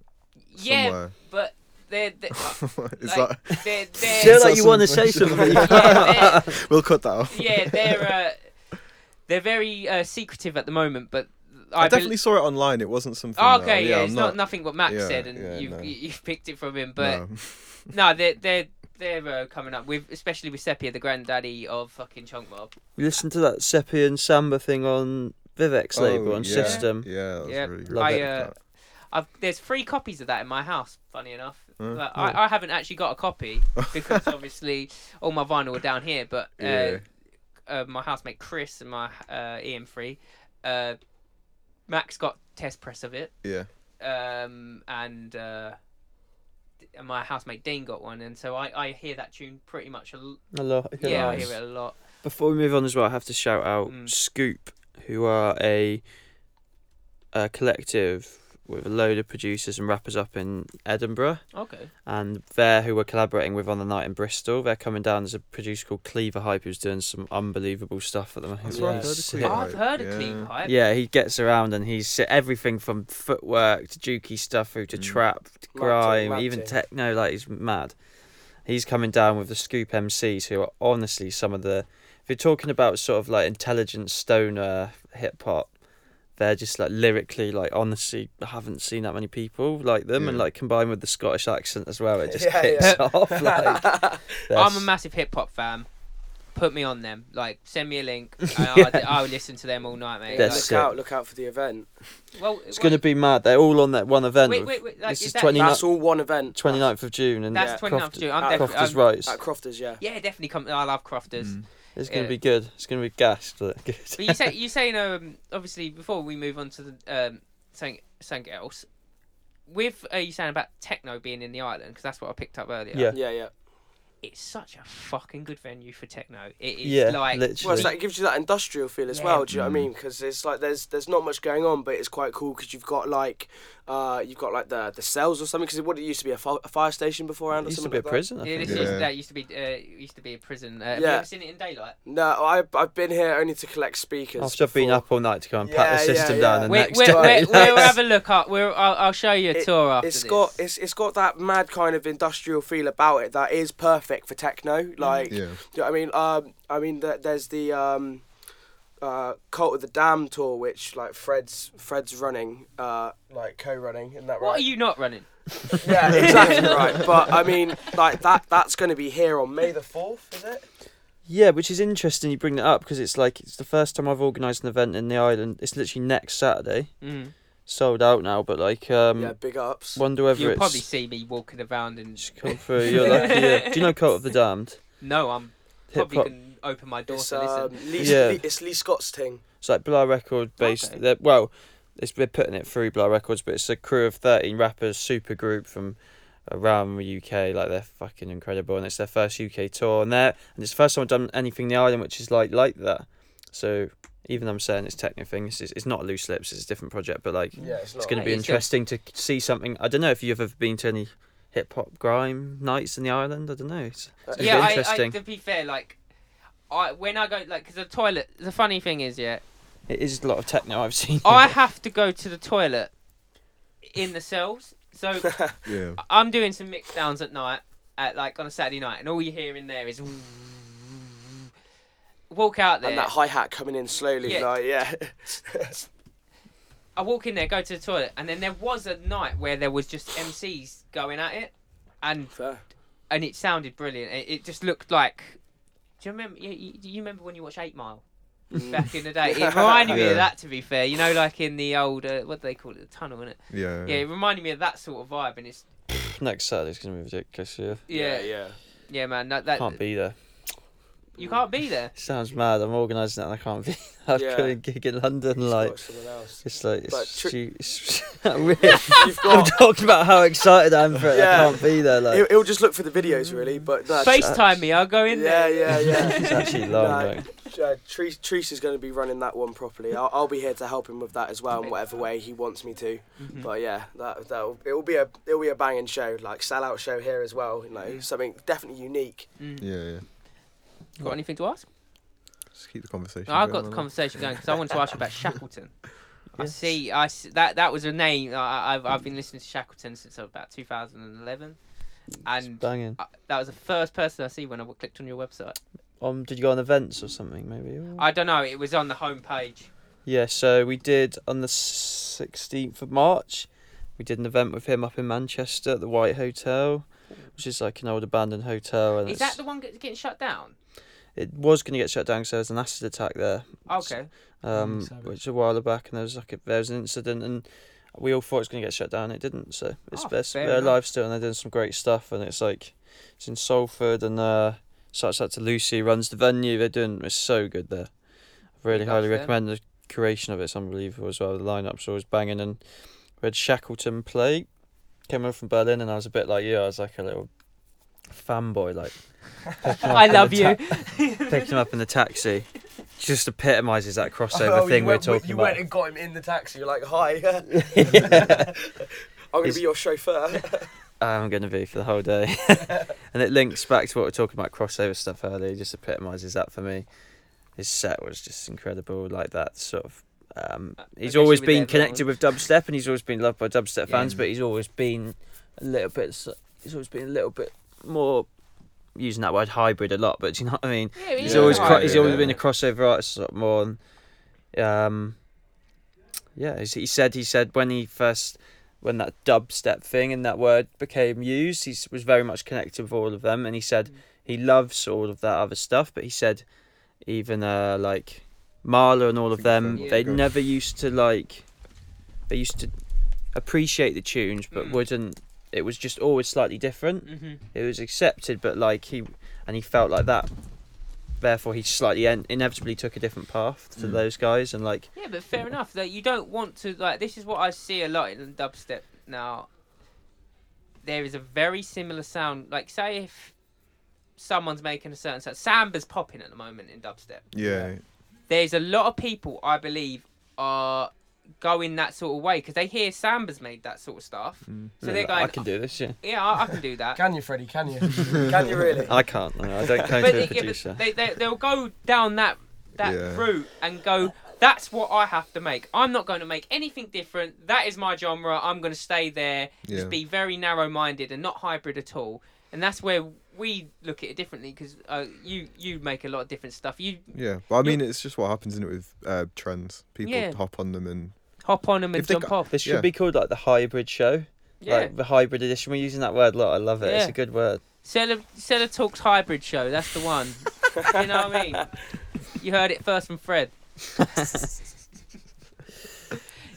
A: yeah,
B: Somewhere.
A: but they're. they're
B: Is
A: like,
B: that?
A: they're,
C: I
A: they're
C: feel
B: Is
C: like
B: that
C: you want to
B: some
C: say something.
B: information?
A: yeah, they're,
B: we'll cut that off.
A: yeah, they're uh, they're very uh, secretive at the moment, but
B: I,
A: I, bel-
B: definitely saw it online. It wasn't something.
A: Oh,
B: that-
A: okay, yeah,
B: I'm
A: it's not, nothing what Max
B: yeah,
A: said, and
B: yeah,
A: you've
B: no.
A: you've picked it from him. But
B: no.
A: no, they're they're they're uh, coming up with, especially with Sepia, the granddaddy of fucking Chunk Mob.
C: Listen to that Sepia and Samba thing on Vivek's
B: Oh,
C: label on
B: yeah.
C: System.
B: Yeah, that was
A: Yeah,
B: really good.
C: Love
A: I,
C: it.
A: uh, I've, there's three copies of that in my house. Funny enough,
B: Uh,
A: But I, I haven't actually got a copy because obviously all my vinyl are down here. But uh,
B: Yeah.
A: uh, my housemate Chris and my uh, EM3, uh, Max got test press of it.
B: yeah.
A: um, and uh, d- and my housemate Dean got one, and so I, I hear that tune pretty much. A l-
C: I love it.
A: yeah,
B: Nice.
A: I hear it a lot.
C: Before we move on as well, I have to shout out
A: Mm.
C: Scoop, who are a, a collective with a load of producers and rappers up in Edinburgh,
A: Okay.
C: and they're who we're collaborating with on the night in Bristol. They're coming down as a producer called Cleaver Hype, who's doing some unbelievable stuff at the moment.
B: That's
C: He's
B: what I've heard of
C: sick.
B: Cleaver
A: I've
B: Hype,
A: heard of
B: yeah.
A: Clean Hype.
C: Yeah, he gets around and he's everything from footwork to jukey stuff through to
B: Mm.
C: trap, to
D: Mad
C: grime,
D: thing, mad
C: even
D: thing.
C: techno. Like he's mad. He's coming down with the Scoop MCs, who are honestly some of the. If you're talking about sort of like intelligent stoner hip hop, they're just like lyrically, like honestly, I haven't seen that many people like them, and
A: Mm.
B: Yeah.
C: like combined with the Scottish accent as well, it just
D: Yeah,
C: kicks
D: yeah.
C: off. Like, they're
A: I'm a
C: s-
A: massive hip hop fan. Put me on them. Like, send me a link. I, I, I'll listen to them all night, mate.
C: That's
A: Like,
D: look
C: sick.
D: out! Look out for the event.
A: well,
C: It's going to be mad. They're all on that one event.
A: Wait,
C: with-
A: wait, wait. Like,
C: this
A: is
C: is
A: that-
C: 20
D: That's all one event.
C: 29th of June and
A: That's
D: Yeah.
A: 29th of
C: Croft-
A: June. um, uh, I'm
D: at
A: definitely.
C: Crofters
A: I'm,
C: Rights.
D: At Crofters, yeah.
A: yeah, definitely come. I love Crofters.
B: Mm.
C: It's gonna
A: Yeah.
C: be good. It's gonna be gassed. But
A: But you say you saying um obviously before we move on to the um something something else with uh, you saying about techno being in the island because that's what I picked up earlier.
C: Yeah.
D: Yeah, yeah.
A: it's such a fucking good venue for techno. It is
C: yeah,
A: like
C: literally.
D: Well, it's like, it gives you that industrial feel as
A: Yeah.
D: well. Do you know what I
B: Mm.
D: mean? Because it's like there's there's not much going on, but it's quite cool because you've got like uh you've got like the the cells or something. Because what it used to be a, fi- a fire station beforehand
C: it
D: or
C: used to
D: something.
C: be a
D: like that.
C: prison. I
A: yeah,
C: think.
A: this
B: Yeah.
A: Used, that used to be uh, it used to be a prison. Uh, Have you
D: Yeah.
A: ever seen it in daylight?
D: No, I I've been here only to collect speakers.
C: After I've been
D: before.
C: up all night to go and
D: Yeah,
C: pat the
D: yeah,
C: system
D: yeah.
C: down the
D: And
A: We-
C: next
A: we-
C: day.
A: we- We'll
C: That's-
A: have a look up. We'll, I'll, I'll show you a
D: It-
A: tour after
D: it's
A: this.
D: got it's it's got that mad kind of industrial feel about it that is perfect for techno. Like,
B: Yeah.
D: do you know what I mean? Um, I mean there- there's the um, uh, Cult of the Dam tour, which like Fred's Fred's running, uh, like co-running, isn't that
A: what
D: right?
A: are you not running?
D: Yeah, exactly right. But I mean, like that that's going to be here on May the fourth, is it?
C: yeah, which is interesting. You bring that up because it's like it's the first time I've organised an event in the island. It's literally next Saturday,
A: Mm.
C: sold out now. But like, um,
D: yeah, big ups.
C: wonder whether
A: You'll
C: it's
A: probably see me walking around and
C: just come through. You're lucky. Yeah. Do you know Cult of the Damned?
A: no, I'm
C: Hip
A: probably
C: hop.
A: can open my door
D: It's,
A: to listen.
D: um, Lee,
C: Yeah.
D: Lee- it's Lee Scott's thing.
C: It's like Blur Record based.
A: Okay.
C: they're- Well, it's been putting it through Blur Records, but it's a crew of 13 rappers, super group from around the UK. Like, they're fucking incredible. And it's their first UK tour. And, they're, and it's the first time I've done anything in the island, which is like like that. So even though I'm saying it's techno thing, it's, it's not loose lips, it's a different project, but like,
D: Yeah, it's,
C: it's going to
A: Right,
C: be
A: it's good.
C: interesting to see something. I don't know if you've ever been to any hip hop grime nights in the island. I don't know. It's, it's
A: yeah,
C: gonna be
A: I, I,
C: interesting.
A: to be fair, like, I when I go like, 'cause the toilet. The funny thing is, yeah,
C: It is a lot of techno I've seen.
A: I have to go to the toilet in the cells. So
B: Yeah.
A: I'm doing some mix downs at night, at like on a Saturday night, and all you hear in there is walk out there.
D: And that hi hat coming in slowly,
A: Yeah.
D: like yeah.
A: I walk in there, go to the toilet, and then there was a night where there was just MCs going at it, and
D: Fair.
A: and it sounded brilliant. It, it just looked like. Do you remember? You, you, you remember when you watched Eight Mile back in the day? It reminded me
B: Mm. Yeah.
A: of that. To be fair, you know, like in the old uh, what do they call it, the tunnel, innit?
B: Yeah.
A: Yeah, it reminded me of that sort of vibe, and it's
C: Next Saturday's gonna be ridiculous. Yeah,
A: yeah, yeah,
D: yeah.
A: man. That, that
C: can't be there.
A: you can't be there.
C: Sounds mad. I'm organising that. and I can't be. I'm
D: Yeah.
C: going gig in London.
D: Like,
C: Like
D: someone else.
C: it's like it's
D: But tri-
C: stu- it's weird.
D: You've
C: I'm
D: got.
C: talking about how excited I am for it.
D: Yeah.
C: I can't be there. Like
D: He'll, he'll just look for the videos really, but no,
A: FaceTime me, I'll go in
D: Yeah,
A: there.
D: yeah, yeah.
C: it's actually long.
D: Nah,
C: like.
D: Uh, Treese, Treese is going to be running that one properly. I'll, I'll be here to help him with that as well in whatever way he wants me to.
A: Mm-hmm.
C: Hmm.
D: But yeah, that that'll it'll be a it'll be a banging show, like sell out show here as well. You know, something definitely unique.
B: Yeah. yeah.
A: Mm. Got anything to ask?
B: Just keep the conversation.
A: No, I've
B: going
A: got the
B: on
A: conversation going because I wanted to ask you about Shackleton. I
C: Yes.
A: see. I s- that that was a name. I, I've I've been listening to Shackleton since about 2011,
C: It's
A: and
C: banging.
A: I, that was the first person I see when I w- clicked on your website.
C: Um, did you go on events or something? Maybe. or-
A: I don't know. It was on the homepage.
C: Yeah, so we did on the 16th of March, we did an event with him up in Manchester at the White Hotel, which is like an old abandoned hotel. And
A: Is
C: it's-
A: that the one that's getting shut down?
C: It was going to get shut down because there was an acid attack there,
A: Okay.
C: um,
E: sorry.
C: which a while back, and there was like a, there was an incident, and we all thought it was going to get shut down. It didn't, so it's
A: Oh,
C: they're,
A: fair
C: they're
A: enough.
C: alive still, and they're doing some great stuff, and it's like it's in Salford, and uh, such that to Lucy who runs the venue. They're doing it's so good there. I really
A: Big ups
C: highly
A: them.
C: recommend the curation of it's unbelievable as well. The lineup's always banging, and we had Shackleton play. Came over from Berlin, and I was a bit like you. I was like a little fanboy, like picking up
A: I
C: in the
A: love
C: ta-
A: you.
C: picked him up in the taxi. Just epitomizes that crossover thing
D: Oh, you
C: we're
D: went,
C: talking
D: you
C: about.
D: went and got him in the taxi. You're like, hi, I'm going to
C: Is-
D: be your chauffeur.
C: I'm going to be for the whole day. and it links back to what we were talking about crossover stuff earlier. It Just epitomizes that for me. His set was just incredible, like that sort of. Um,
A: I guess
C: he's
A: you
C: always
A: were
C: been
A: there for that
C: connected with dubstep, and he's always been loved by dubstep
A: Yeah.
C: fans. But he's always been a little bit. s- He's always been a little bit more using that word hybrid a lot. But do you know what I mean?
A: Yeah,
C: He's
B: Yeah.
C: always
B: Yeah.
C: cro- he's
B: Yeah.
C: always been a crossover artist a lot more. And, um, yeah, he's- he said he said when he first when that dubstep thing and that word became used, he s- was very much connected with all of them, and he said
A: Mm.
C: he loves all of that other stuff, but he said even uh, like Marla and all of
B: Think
C: them,
A: so.
C: they
B: Yeah.
C: never used to like they used to appreciate the tunes, but
A: Mm.
C: wouldn't. It was just always slightly different
A: hmm
C: it was accepted, but like he and he felt like that. Therefore, he slightly in- inevitably took a different path to
B: Mm.
C: those guys, and like
A: Yeah, but fair enough. That you don't want to like. This is what I see a lot in dubstep now. There is a very similar sound. Like, say if someone's making a certain sound, samba's popping at the moment in dubstep.
B: Yeah.
A: There's a lot of people I believe are going that sort of way because they hear samba's made that sort of stuff.
B: Mm.
A: So they're
C: like,
A: going,
C: I can do this, yeah.
A: yeah, I, I can do that.
E: Can you, Freddie? Can you?
D: Can you really?
C: I can't. No, I don't claim
A: but,
C: to be
A: they,
C: a producer.
A: they, they, they'll go down that that
B: Yeah.
A: route and go that's what i have to make i'm not going to make anything different that is my genre i'm going to stay there
B: Yeah.
A: just be very narrow minded and not hybrid at all and that's where we look at it differently because uh, you you make a lot of different stuff you
B: Yeah. But I
A: You-
B: mean, it's just what happens in it with uh, trends. People
A: Yeah.
B: hop on them and
A: hop on them and
B: If they
A: jump
B: go-
A: off
C: This should
B: yeah.
C: be called like the hybrid show,
A: yeah
C: like the hybrid edition. We're using that word a lot. I love it. It's
A: Yeah.
C: a good word.
A: Seller, Seller Talks hybrid show. That's the one. you know what I mean? You heard it first from Fred.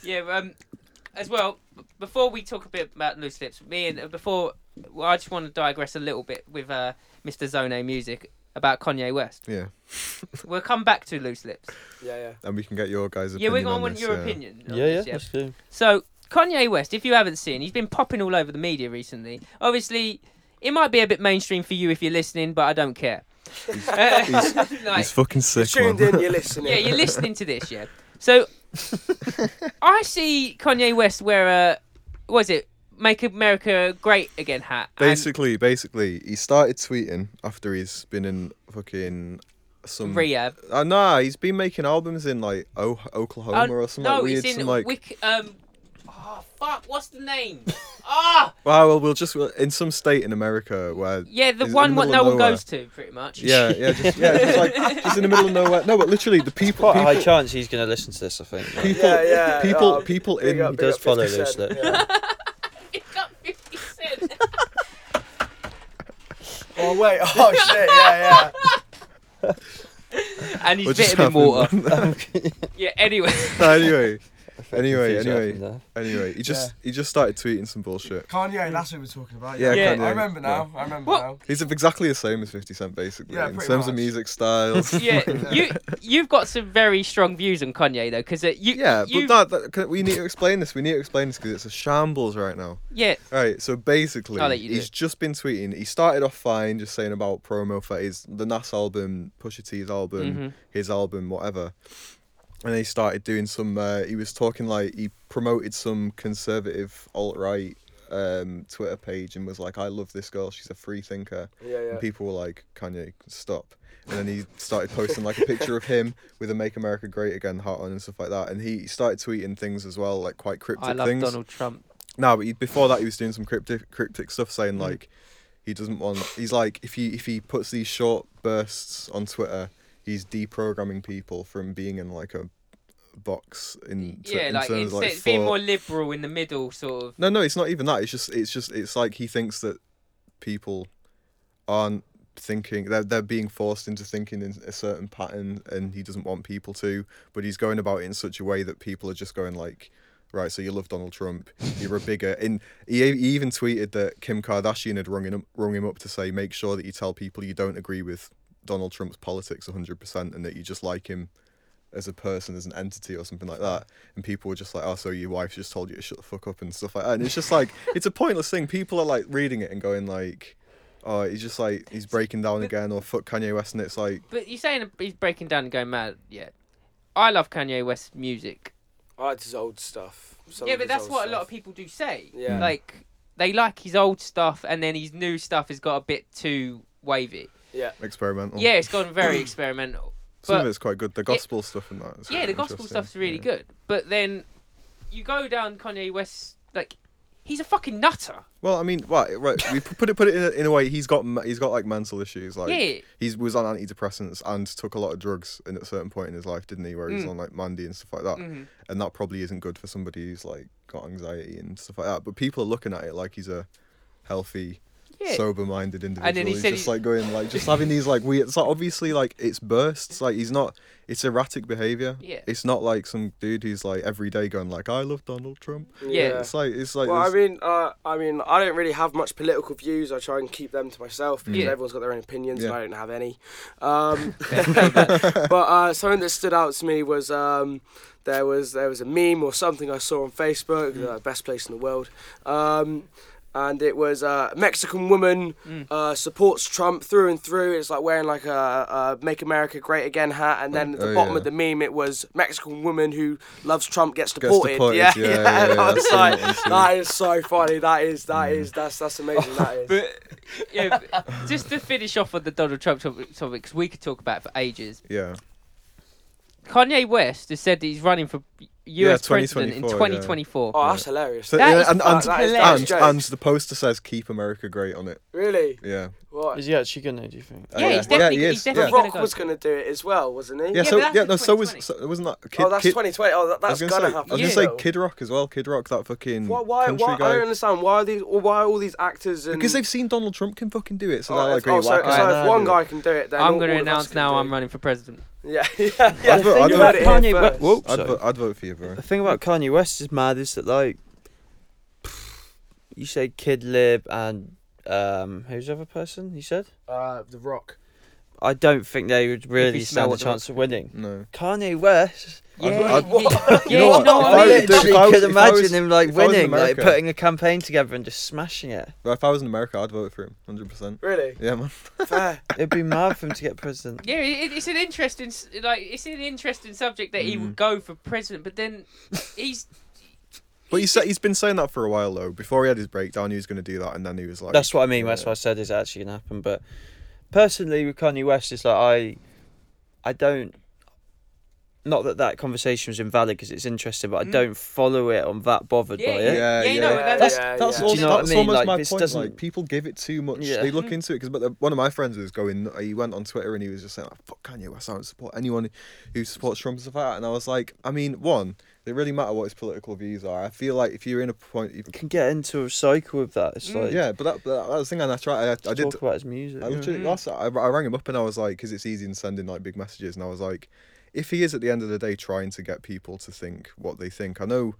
A: yeah. Um. As well, b- before we talk a bit about loose lips, me and uh, before, well, I just want to digress a little bit with uh, Mr. Zone Music about Kanye West.
B: yeah.
A: We'll come back to loose lips.
D: yeah, yeah.
B: And we can get your guys'
A: Yeah,
B: opinion.
A: we're gonna
B: on
A: want
B: this, uh,
A: your
B: yeah.
A: opinion. on
C: Yeah, yeah,
A: this,
C: that's good.
A: so Kanye West, if you haven't seen, he's been popping all over the media recently. Obviously, it might be a bit mainstream for you if you're listening, but I don't care. Uh, Like,
B: He's fucking
D: You're
B: sick.
D: tuned
B: man.
D: in, you're listening.
A: yeah, you're listening to this, yeah. So I see Kanye West wear a was it Make America Great Again hat. and-
B: Basically, basically, he started tweeting after he's been in fucking some.
A: Rehab.
B: Uh, nah, he's been making albums in like o- Oklahoma
A: Oh,
B: or something
A: no,
B: like weird.
A: it's in
B: some like
A: Wik- um, oh fuck, what's the name? Ah,
B: wow, well, we'll just in some state in America where
A: yeah, the
B: It's in
A: one
B: the
A: what no
B: middle of
A: one goes to, pretty much.
B: yeah, yeah, just, yeah, just like just in the middle of nowhere. No, but literally the people,
C: Quite a high
B: people,
C: chance he's going to listen to this, I think. Like,
B: people,
D: Yeah, yeah,
B: people,
D: oh,
B: people
D: Big
B: in
D: up,
C: He
D: big
C: does
D: up
C: follow
D: 50
C: Loose
D: Cent,
C: Lips.
D: yeah.
A: It's up 50 cent.
D: oh wait, oh shit, yeah, yeah.
A: and
B: We'll
A: he's
B: just
A: vitamin
B: have him
A: water.
B: on there.
A: yeah. Anyway,
B: No, anyway, anyway,
C: enthusiasm
B: anyway,
C: there.
B: anyway, he just he just started tweeting some bullshit.
D: Kanye, that's what we're talking about.
B: Yeah,
A: Yeah.
B: Kanye,
D: I remember now. I remember
A: What?
D: now.
B: He's exactly the same as Fifty Cent, basically,
D: Yeah,
B: in
D: pretty
B: terms of
D: much.
B: music styles.
A: yeah, you you've got some very strong views on Kanye though, because uh, you
B: Yeah,
A: you,
B: but that, that, can- we need to explain this. We need to explain this because it's a shambles right now.
A: yeah,
B: All right, so basically,
A: I'll let you do
B: he's
A: it.
B: just been tweeting. He started off fine, just saying about promo for his the Nas album, Pusha T's album,
A: Mhm.
B: his album, whatever. And then he started doing some. Uh, he was talking like he promoted some conservative alt right um, Twitter page and was like, "I love this girl. She's a free thinker."
D: Yeah, yeah.
B: And people were like, Kanye, stop. And then he started posting like a picture of him with a Make America Great Again hat on and stuff like that. And he started tweeting things as well, like quite cryptic
A: I love
B: things.
A: Donald Trump.
B: No, but he, before that, he was doing some cryptic cryptic stuff,
A: Mm.
B: saying like he doesn't want. He's like if he if he puts these short bursts on Twitter, he's deprogramming people from being in like a box in, t-
A: Yeah,
B: in
A: like
B: terms
A: instead
B: of like
A: of being
B: thought.
A: more liberal in the middle, sort of.
B: No, no, it's not even that. It's just, it's just, it's like he thinks that people aren't thinking they're they're being forced into thinking in a certain pattern, and he doesn't want people to. But he's going about it in such a way that people are just going like, right, so you love Donald Trump, you're a bigger. And he, he even tweeted that Kim Kardashian had rung him up- rung him up to say, make sure that you tell people you don't agree with Donald Trump's politics 100, percent and that you just like him as a person, as an entity, or something like that. And people were just like, "Oh, so your wife just told you to shut the fuck up" and stuff like that. And it's just like it's a pointless thing. People are like reading it and going like, "Oh, he's just like he's breaking down again," or "Fuck Kanye West," and it's like,
A: But you're saying he's breaking down and going mad. Yeah, I love Kanye West's music.
D: I like his old stuff. Some
A: yeah,
D: of
A: but
D: his
A: that's
D: old
A: what a lot
D: stuff.
A: of people do say.
D: Yeah.
A: Like they like his old stuff, and then his new stuff has got a bit too wavy.
B: experimental.
A: Yeah, it's gone very experimental.
B: Mm. some
A: but-
B: of it's quite good. The gospel stuff and that. is
A: Yeah,
B: quite
A: the gospel
B: interesting.
A: stuff's really
B: Yeah.
A: good. But then you go down Kanye West, like he's a fucking nutter.
B: Well, I mean, right, right. We p- put it put it in a, in a way. He's got m- he's got like mental issues. Like
A: Yeah.
B: he was on antidepressants and took a lot of drugs. And at a certain point in his life, didn't he? Where he's
A: Mm.
B: on like Mandy and stuff like that.
A: Mhm.
B: and that probably isn't good for somebody who's like got anxiety and stuff like that. But people are looking at it like he's a healthy,
A: Yeah.
B: sober-minded individual.
A: then he
B: he's
A: said
B: just
A: he-
B: like going like just having these like weird. It's like, obviously like it's bursts. Like he's not. It's erratic behavior.
A: Yeah.
B: It's not like some dude who's like every day going like I love Donald Trump.
A: Yeah.
B: It's like it's like
D: Well, I
B: this-
D: mean, uh, I mean, I don't really have much political views. I try and keep them to myself because
A: Yeah.
D: everyone's got their own opinions, and
B: Yeah.
D: I don't have any. Um, but uh, something that stood out to me was um, there was there was a meme or something I saw on Facebook,
B: Mm.
D: the best place in the world, um, and it was uh, a Mexican woman uh, supports Trump through and through. It's like wearing like a, a "Make America Great Again" hat, and then at the
B: Oh,
D: bottom
B: yeah.
D: of the meme, it was Mexican woman who loves Trump gets
B: Gets
D: deported.
B: deported,
D: Yeah,
B: yeah,
D: yeah.
B: yeah,
D: And
B: yeah,
D: I
B: I've
D: was
B: seen
D: like,
B: that, I've seen
D: that is so funny. That is that
B: Mm.
D: is that's that's amazing. That is.
A: But yeah, but just to finish off on the Donald Trump topic, topics we could talk about for ages.
B: yeah.
A: Kanye West has said that he's running for U.S. president in
B: 2024, yeah.
A: 2024.
D: Oh, that's hilarious.
B: So,
A: That
B: yeah,
A: is
B: and,
A: fu-
B: and,
A: that is- that
D: is
B: and,
D: jokes.
B: and the poster says "Keep America Great" on it.
D: really?
B: Yeah.
D: What?
C: Is he actually going to, do you think?
B: Uh,
A: Yeah, he's definitely-
B: he
A: he's
B: is,
D: The
A: definitely
B: yeah.
A: gonna
D: Rock
A: go.
D: was going to do it as well, wasn't he?
B: Yeah,
A: but
B: so
A: that's
B: yeah,
A: in
B: no, so was
A: 2020.
B: so, wasn't that? Kid,
D: oh, that's
B: Kid-
D: 2020. Oh, that,
B: I was
D: that's
B: gonna
D: gonna
B: say,
D: happen.
B: I was
A: Yeah.
B: gonna say Kid Rock as well. Kid Rock, that fucking
D: Why? Why?
B: country
D: why I
B: guy.
D: don't understand. Why are these? Why are all these actors and?
B: Because they've seen Donald Trump can fucking do it, so
D: Oh,
B: they're
D: if,
B: like,
D: oh, so,
A: whack
D: so
A: it.
D: if one guy can do it, then
A: I'm
D: all-
A: going
D: all
A: to
D: of us
A: announce
D: can
A: now
D: do
A: I'm
D: it.
A: running for president.
D: Yeah, yeah, yeah.
B: I'd vote- I'd
D: You
B: vote-
D: heard it here
C: Kanye West-
D: first.
C: whoa.
B: I'd,
C: So-
B: vo- I'd vote for you, bro.
C: The thing about Kanye West is mad is that like you say Kid Lib and um who's the other person you said?
D: Uh, the Rock.
C: I don't think they would really
A: smell
C: stand a
A: what the rock-
C: chance of winning.
B: No.
C: Kanye West.
A: Yeah,
B: I'd-
A: yeah, you
B: know
A: know
B: what,
A: what
B: if
A: I mean?
B: I was-
C: literally
B: if I was- if
C: could
B: I
C: imagine
B: was-
C: him like
B: if I was in
C: winning, like
B: America-
C: putting a campaign together and just smashing it.
B: Well, If I was in America, I'd vote for him, hundred percent.
D: Really?
B: Yeah, man.
D: Fair.
C: It'd be mad for him to get president.
A: Yeah, it, it's an interesting, s-
B: Mm.
A: like it's an interesting subject that he would go for president, but then he's
B: But he said he's been saying that for a while though. Before he had his breakdown, he was going to do that, and then he was like,
C: That's what I mean. That's
B: yeah.
C: what I said is actually gonna happen. But personally, with Kanye West, it's like I, I don't. Not that that conversation was invalid because it's interesting, but I
A: Mm.
C: don't follow it. I'm that bothered
A: Yeah,
C: by
A: yeah,
C: it.
B: Yeah,
A: you
B: yeah.
A: know,
D: Yeah,
A: that's,
D: yeah,
B: That's, almost,
C: all-
D: yeah.
C: Do you know what I
B: that's
C: mean?
B: almost
C: Like,
B: my
C: this
B: point.
C: doesn't-
B: Like people give it too much.
C: Yeah.
B: They look into it because. But the, one of my friends was going. He went on Twitter and he was just saying, oh, "Fuck Kanye West. I don't support anyone who supports Trump and stuff like that." And I was like, I mean, one, it really matter what his political views are. I feel like if you're in a point, you-
C: Can get into a cycle with that.
A: Mm.
C: It's like
B: yeah. But that, that, that was the thing, and I tried. I, I
C: talk
B: did.
C: about his music.
B: I literally
A: Mhm.
B: last I, I rang him up and I was like, because it's easy in sending like big messages, and I was like, if he is at the end of the day trying to get people to think what they think, I know,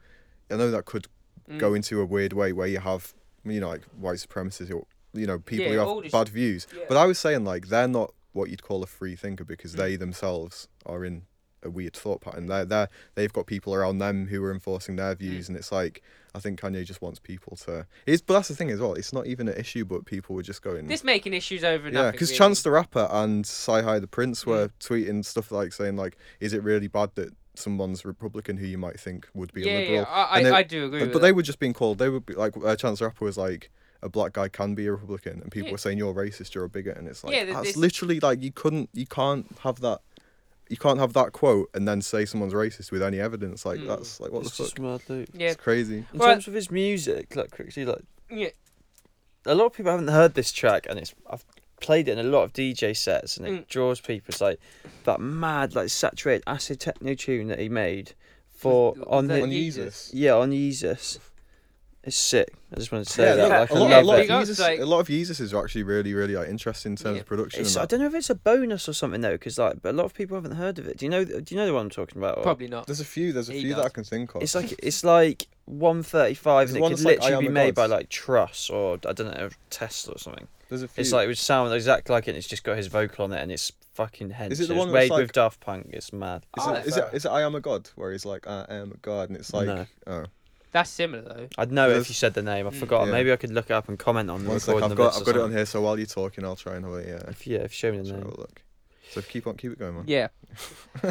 B: I know that could
A: Mm.
B: go into a weird way where you have you know like white supremacists or you know people
A: Yeah, all
B: who
A: this-
B: have bad views,
A: yeah. Mm.
B: but I was saying like they're not what you'd call a free thinker because they themselves are in a weird thought pattern. They're they they've got people around them who are enforcing
A: Mm.
B: their views, and it's like. I think Kanye just wants people to. It's, but that's the thing as well. It's not even an issue, but people were just going.
A: this making issues over nothing.
B: Mm. Yeah, because
A: really. Mm.
B: Chance the Rapper and Sci Hi the Prince were tweeting stuff like saying like, "Is it really bad that someone's Republican who you might think would be
A: Yeah,
B: a
A: yeah,
B: liberal?"
A: I-
B: And
A: I-
B: they-
A: I do agree
B: But,
A: with
B: but
A: that.
B: they were just being called. They would be like uh, Chance the Rapper was like. A black guy can be a Republican, and people
A: Yeah.
B: were saying you're racist, you're a bigot, and it's like
A: Yeah, th-
B: that's
A: this-
B: literally like you couldn't, you can't have that, you can't have that quote and then say someone's racist with any evidence. Like
A: Mm.
B: that's like what
C: It's
B: the fuck?
C: just mad, dude.
A: Yeah,
B: It's crazy.
C: In
A: Right.
C: terms of his music, like quickly, like
A: yeah,
C: a lot of people haven't heard this track, and it's I've played it in a lot of DJ sets, and it
A: Mm.
C: draws people. It's like that mad, like saturated acid techno tune that he made for
A: Was- was
C: on
A: that
C: his,
B: On
A: Jesus.
B: Jesus.
C: yeah on Yeezus. It's sick. I just wanted to say
B: Yeah,
C: that.
B: no,
C: like,
B: a,
C: I
B: lot,
A: yeah,
B: a,
C: love
B: lot of
A: big
C: it.
A: up,
B: Yeezus,
A: like-
B: a lot of Yeezuses are actually really, really like interesting in terms
A: Yeah.
B: of production.
C: It's,
B: and
C: I
B: that.
C: don't know if it's a bonus or something though, because like, but a lot of people haven't heard of it. Do you know? Do you know the one I'm talking about? Or-
A: probably not.
B: There's a few. There's a
A: He
B: few
A: does.
B: that I can think of.
C: It's like it's like 135,
B: There's
C: and it
B: one
C: could
B: that's like I
C: literally
B: Am
C: be
B: a
C: made by
B: God.
C: like Truss or I don't know Tesla or something.
B: There's a few.
C: It's like it would sound exactly like it. and It's just got his vocal on it, and it's fucking hench.
B: Is it the
C: It's
B: one that's
C: made
B: like-
C: with Daft Punk? It's mad.
B: is,
A: Oh,
B: it, is, it, is it I am a god where he's like I am a god and it's like
C: No.
B: oh
A: That's similar though.
C: I'd know it if
B: There's- Hmm.
C: you said the name. I forgot.
B: Yeah.
C: Maybe I could look it up and comment on the
B: one sec,
C: recording
B: I've
C: of
B: got
C: this
B: I've
C: or
B: got it on
C: something.
B: here so while you're talking I'll try and have it yeah
C: If, yeah, if show me the
B: Let's have
C: name.
B: a look. So keep on keep it going man.
A: Yeah.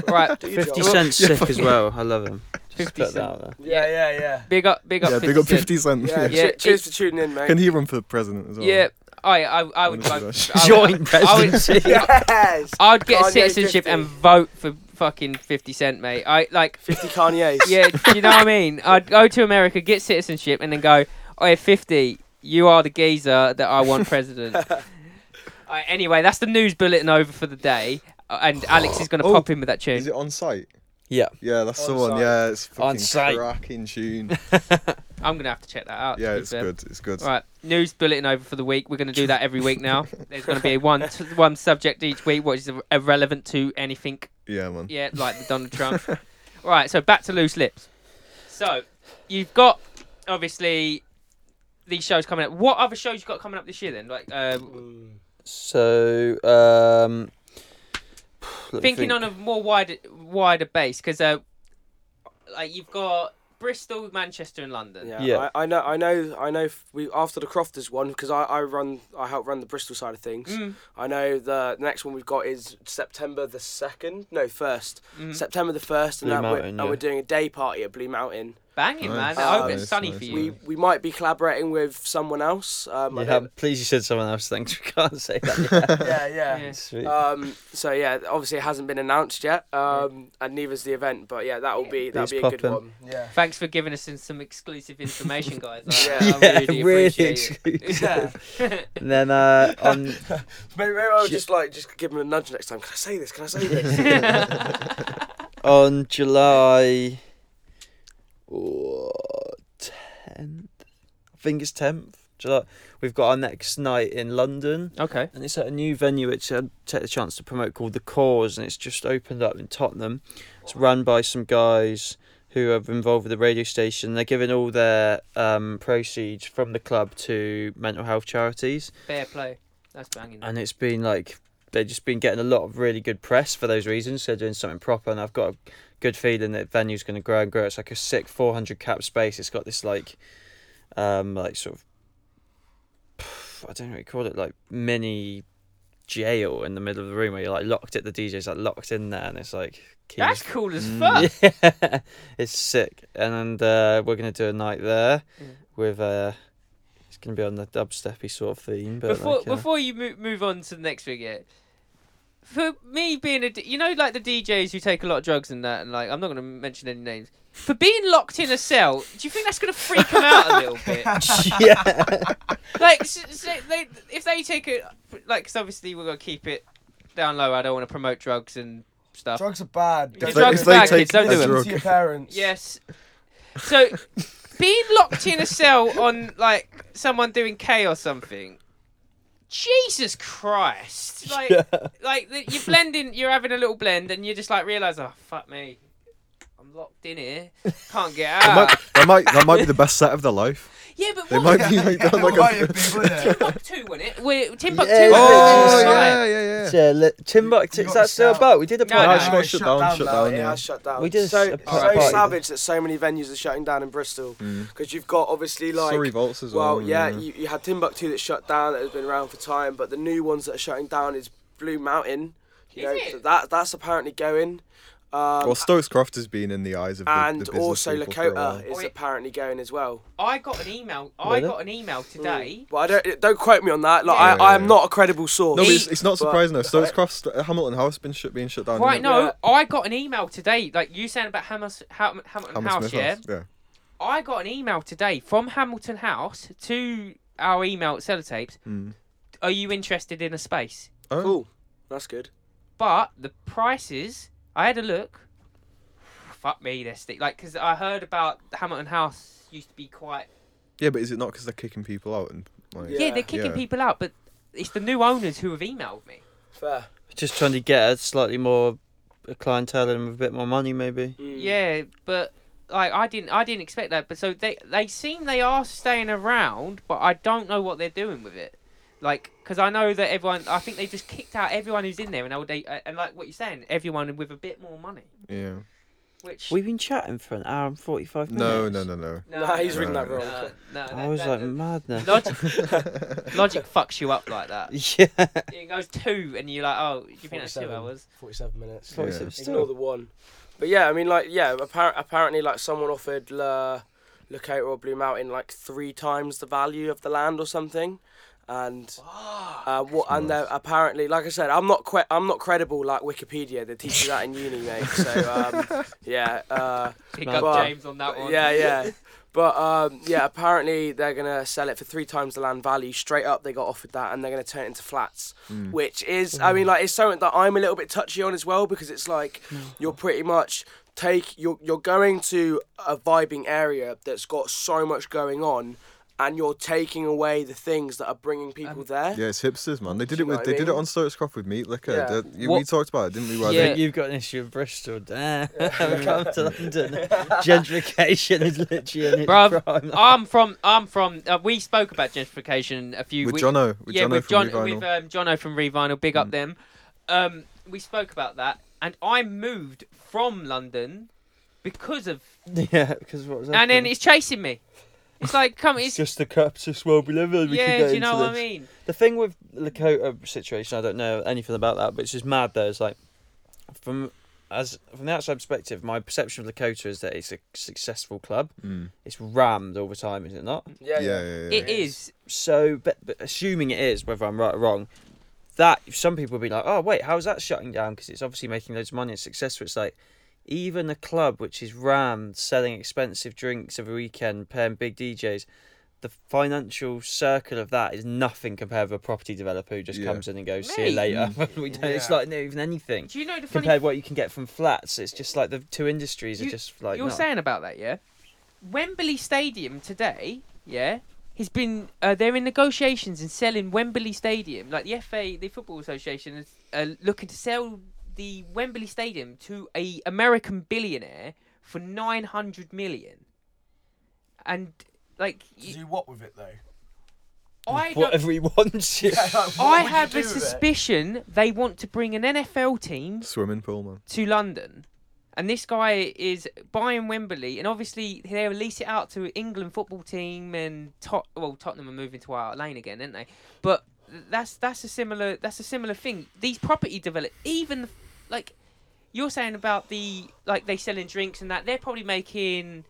A: right.
D: Do your
C: Fifty
D: job.
C: Cent's sick as well. I love him. Just
A: 50
C: put that
A: Cent.
C: out there.
D: Yeah, yeah, yeah.
A: Big up, big up.
B: Yeah,
A: 50
B: big up
A: Cent.
B: Fifty Cent.
D: Yeah,
A: Yeah,
D: yeah cheers
A: it-
D: for tuning in, mate.
B: Can he run for president as well?
A: Yeah, I, I, I would.
B: Honestly,
A: vote-
B: though.
A: I would-
C: Joint
A: I would-
C: presidency.
D: yes.
A: I'd get
D: Kanye
A: citizenship
D: 50.
A: and vote for fucking 50 Cent, mate. I like,
D: Fifty Kanye's.
A: yeah, do you know what I mean? I'd go to America, get citizenship, and then go, oh, 50, you are the geezer that I want president. Alright, anyway, that's the news bulletin over for the day. Uh, And Alex is going to
B: Oh,
A: pop in with that tune.
B: Is it on site?
C: Yeah.
B: Yeah, that's the
D: On
B: one.
D: site.
B: Yeah, it's
C: On
B: fucking
C: site.
B: cracking tune.
A: I'm going to have to check that out. to
B: yeah,
A: be
B: it's
A: fair.
B: good. It's good.
A: Right, news bulletin over for the week. We're going to do that every week now. There's going to be one one subject each week, which is ir- irrelevant to anything.
B: Yeah, man.
A: Yeah, like the Donald Trump. right, so back to loose lips. So you've got obviously these shows coming up. What other shows you got coming up this year then? Like uh,
D: Mm.
C: So, um, let me
A: thinking
C: think.
A: on a more wider wider base because uh, like you've got Bristol, Manchester, and London.
D: Yeah,
C: Yeah.
D: I, I know, I know, I know. f- We after the Crofters one because I, I run, I help run the Bristol side of things.
A: Mm,
D: I know the next one we've got is September the second, no first,
A: mm.
D: September the first, and
C: Blue
D: that we're,
C: Mountain,
D: and
C: yeah.
D: we're doing a day party at Blue Mountain.
A: Banging man,
B: Nice.
A: I hope it's
B: Nice,
A: sunny
B: nice,
A: for you.
D: We we might be collaborating with someone else. Um, I
C: Mm. Yeah,
D: don't-
C: please, you said someone else. Thanks. We can't say that.
D: yeah, yeah.
A: Yeah.
C: Sweet.
D: Um, so yeah, obviously it hasn't been announced yet, um, and neither's the event. But yeah, that will be that will
C: It's
D: be a good
C: poppin'.
D: one. Yeah.
A: Thanks for giving us in some exclusive information, guys. I, I
D: Yeah,
C: yeah,
A: really,
C: really
A: appreciate it.
C: exclusive.
D: Yeah.
C: And then uh, on
D: Maybe, maybe I'll
C: Shit.
D: just like just give him a nudge next time. Can I say this? Can I say this?
C: on July tenth, I think it's tenth. July. We've got our next night in London,
A: okay.
C: and it's at a new venue which I take the chance to promote called the Cause, and it's just opened up in Tottenham. It's run by some guys who are involved with the radio station. They're giving all their um, proceeds from the club to mental health charities
A: Fair play. That's banging.
C: and it's been like they've just been getting a lot of really good press for those reasons. So they're doing something proper, and I've got a good feeling that venue's going to grow and grow. It's like a sick four hundred cap space. It's got this like, um, like sort of, I don't know what you call it, like mini jail in the middle of the room where you're like locked at the DJ's like locked in there and it's like keys.
A: That's cool as
B: Mm,
A: fuck.
C: yeah, it's sick. And uh, we're gonna do a night there
A: Yeah.
C: with uh, it's gonna be on the dubsteppy sort of theme. But
A: before
C: like, uh,
A: before you move, move on to the next thing, yeah. For me being a, d- you know, like the DJs who take a lot of drugs and that, and like I'm not going to mention any names. For being locked in a cell, do you think that's going to freak them out a little bit?
C: yeah,
A: Like, s s- they, if they take a, like, 'cause obviously we're going to keep it down low. I don't want to promote drugs and stuff.
E: Drugs are bad. Don't
A: If drugs
E: do
A: are
E: it.
A: bad, kids, don't
B: do
E: Listen
B: it.
E: to your parents.
A: Yes. So, being locked in a cell on like someone doing K or something. Jesus Christ! Like, like the- you're blending, you're having a little blend, and you just like realize, oh fuck me, I'm locked in here, can't get
B: That might,
A: out.
B: that might that might be the best set of their life.
A: yeah, but
B: They
A: what?
B: might be like, that, like
E: Might
B: a,
E: have been, wouldn't it?
A: Timbuktu won it. We're Timbuktu.
C: Yeah,
A: won it.
B: oh
A: Right.
B: yeah, yeah, yeah.
C: yeah. Look, uh, Timbuktu,
E: You
C: is
E: got
C: that still
E: yourself-
C: about? We did a
A: No, no,
C: podcast.
A: no.
B: shut down, shut down,
D: It
B: yeah.
D: has shut down.
C: We did a
D: so,
C: s-
D: it's
C: a
D: so
A: party.
D: savage that so many venues are shutting down in Bristol because you've got obviously like
B: Surrey Vaults Mm. as well.
D: Well, yeah, you, you had Timbuktu that shut down that has been around for time, but the new ones that are shutting down is Blue Mountain.
A: Is
D: You know,
A: it?
D: so that that's apparently going. Um,
B: Well, Stokes Croft has been in the eyes of the, the
D: and
B: business
D: also
B: people for a while.
D: Lakota is
A: Wait.
D: apparently going as well.
A: I got an email. I
C: Really?
A: got an email today.
D: But I don't don't quote me on that. Like
B: Yeah,
D: I, I
B: yeah,
D: am
B: yeah.
D: not a credible source.
B: No, but it's,
A: He-
B: it's not
D: but-
B: surprising though. Stokes Croft's uh, Hamilton House been shut, being shut down. uh,
A: Right,
B: isn't it?
A: no, I got an email today. Like you saying about Hammers, Ham, Hamilton
B: Hammersmith
A: House, yeah.
B: yeah.
A: I got an email today from Hamilton House to our email at Sellotapes.
B: Mm.
A: Are you interested in a space?
B: Oh,
D: cool. That's good.
A: But the prices, I had a look. Fuck me, they're steep. Like, because I heard about Hamilton House used to be quite.
B: Yeah, but is it not because they're kicking people out and like?
A: Yeah,
D: Yeah.
A: they're kicking
B: Yeah.
A: people out, but it's the new owners who have emailed me.
D: Fair.
C: Just trying to get a slightly more a clientele and with a bit more money, maybe.
D: Mm.
A: Yeah, but like I didn't, I didn't expect that. But so they, they seem they are staying around, but I don't know what they're doing with it. Like, because I know that everyone, I think they just kicked out everyone who's in there, and they, would- they uh, and like what you're saying, everyone with a bit more money,
B: Yeah.
A: which
C: We've been chatting for an hour and forty-five minutes.
B: No, no, no, no.
D: Nah, he's
B: reading that
A: no,
D: wrong.
A: no,
C: I
A: that-
C: was
A: that-
C: like
A: that-
C: madness.
A: logic, logic fucks you up like that.
C: Yeah.
A: It goes two, and you're like, oh, you think that's two
E: 47.
A: hours?
E: Forty-seven minutes.
B: Yeah.
C: Voice of
D: Ignore
C: still.
D: the one. But yeah, I mean, like, yeah, appar- apparently, like, someone offered La Lakota or Blue Mountain like three times the value of the land or something, and uh, what? And they're apparently, like I said, I'm not que- I'm not credible like Wikipedia. They teach you that in uni, mate. So um, yeah, uh,
A: Pick
C: Mad.
A: up
D: Well,
A: James on that one.
D: yeah, yeah. But um, yeah, apparently they're gonna sell it for three times the land value straight up. They got offered that, and they're gonna turn it into flats,
B: Mm.
D: which is, I mean, like it's something that I'm a little bit touchy on as well because it's like you're pretty much take you're you're going to a vibing area that's got so much going on, and you're taking away the things that are bringing people there.
B: Yeah, it's hipsters, man. They did
D: Do
B: it
D: you know
B: with
D: what
B: they
D: I
B: did it
D: mean?
B: on Stokes Croft with meat liquor.
D: Yeah.
B: The- you- we
A: What-
B: talk about it, didn't we? Where
C: I
A: Yeah.
B: they-
C: think you've got an issue with Bristol. Damn. Come to London. Gentrification is literally in its
A: Bruv,
C: prime.
A: I'm from. I'm from. Uh, we spoke about gentrification a few
B: with
A: weeks.
B: Jono, with
A: yeah,
B: Jono
A: with
B: from
A: John,
B: Revinyl.
A: with um, Jono from Revinyl. Big up them. Um, we spoke about that, and I moved from London because of.
C: Yeah, because what was that?
A: And then it's chasing me. It's like, come, it's.
C: just the capitalist world we live in. We can
A: yeah,
C: get
A: do you know
C: into
A: what I
C: this.
A: mean?
C: The thing with Lakota situation, I don't know anything about that, but it's just mad though. It's like from as from the outside perspective, my perception of Lakota is that it's a successful club.
B: Mm.
C: It's rammed all the time, is it not?
B: Yeah, yeah, yeah.
A: It is.
C: So, but, but assuming it is, whether I'm right or wrong, that some people be like, "Oh, wait, how's that shutting down?" Because it's obviously making loads of money and successful. It's like even a club which is rammed, selling expensive drinks every weekend, paying big DJs. The financial circle of that is nothing compared with a property developer who just
B: Yeah.
C: comes in and goes, "See you
A: Mate.
C: later." we don't, It's
E: Yeah.
C: like not even anything
A: Do you know the funny
C: compared what you can get from flats. It's just like the two industries are
A: You-
C: just like
A: you're
C: not-
A: saying about that, yeah? Wembley Stadium today, yeah, has been uh, they're in negotiations and selling Wembley Stadium. Like the FA, the Football Association, is uh, looking to sell the Wembley Stadium to a American billionaire for nine hundred million. And like,
E: To
A: y-
E: do what with it though?
A: I don't.
C: whatever he wants. you-
E: Yeah, like, what would
A: I
E: you
A: have
E: do
A: a
E: with it?
A: suspicion they want to bring an NFL team
B: Swimming pool, man.
A: to London, and this guy is buying Wembley, and obviously they'll lease it out to England football team and Tot- well Tottenham are moving to our lane again, didn't they? But that's that's a similar that's a similar thing. These property develop even like you're saying about the like they selling drinks and that they're probably making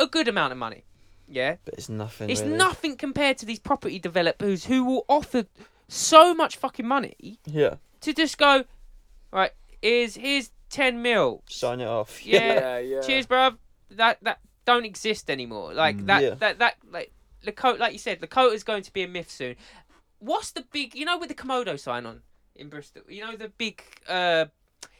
A: a good amount of money. Yeah,
C: But it's nothing.
A: it's
C: really.
A: nothing compared to these property developers who will offer so much fucking money
C: Yeah.
A: to just go right. Here's here's ten mil.
C: Sign it off.
A: Yeah.
D: yeah, yeah.
A: Cheers, bruv. That that don't exist anymore. Like
B: Mm,
A: that
C: Yeah.
A: that that like Lakota, like you said, Lakota's going to be a myth soon. What's the big? You know, with the Komodo sign on in Bristol. You know the big. uh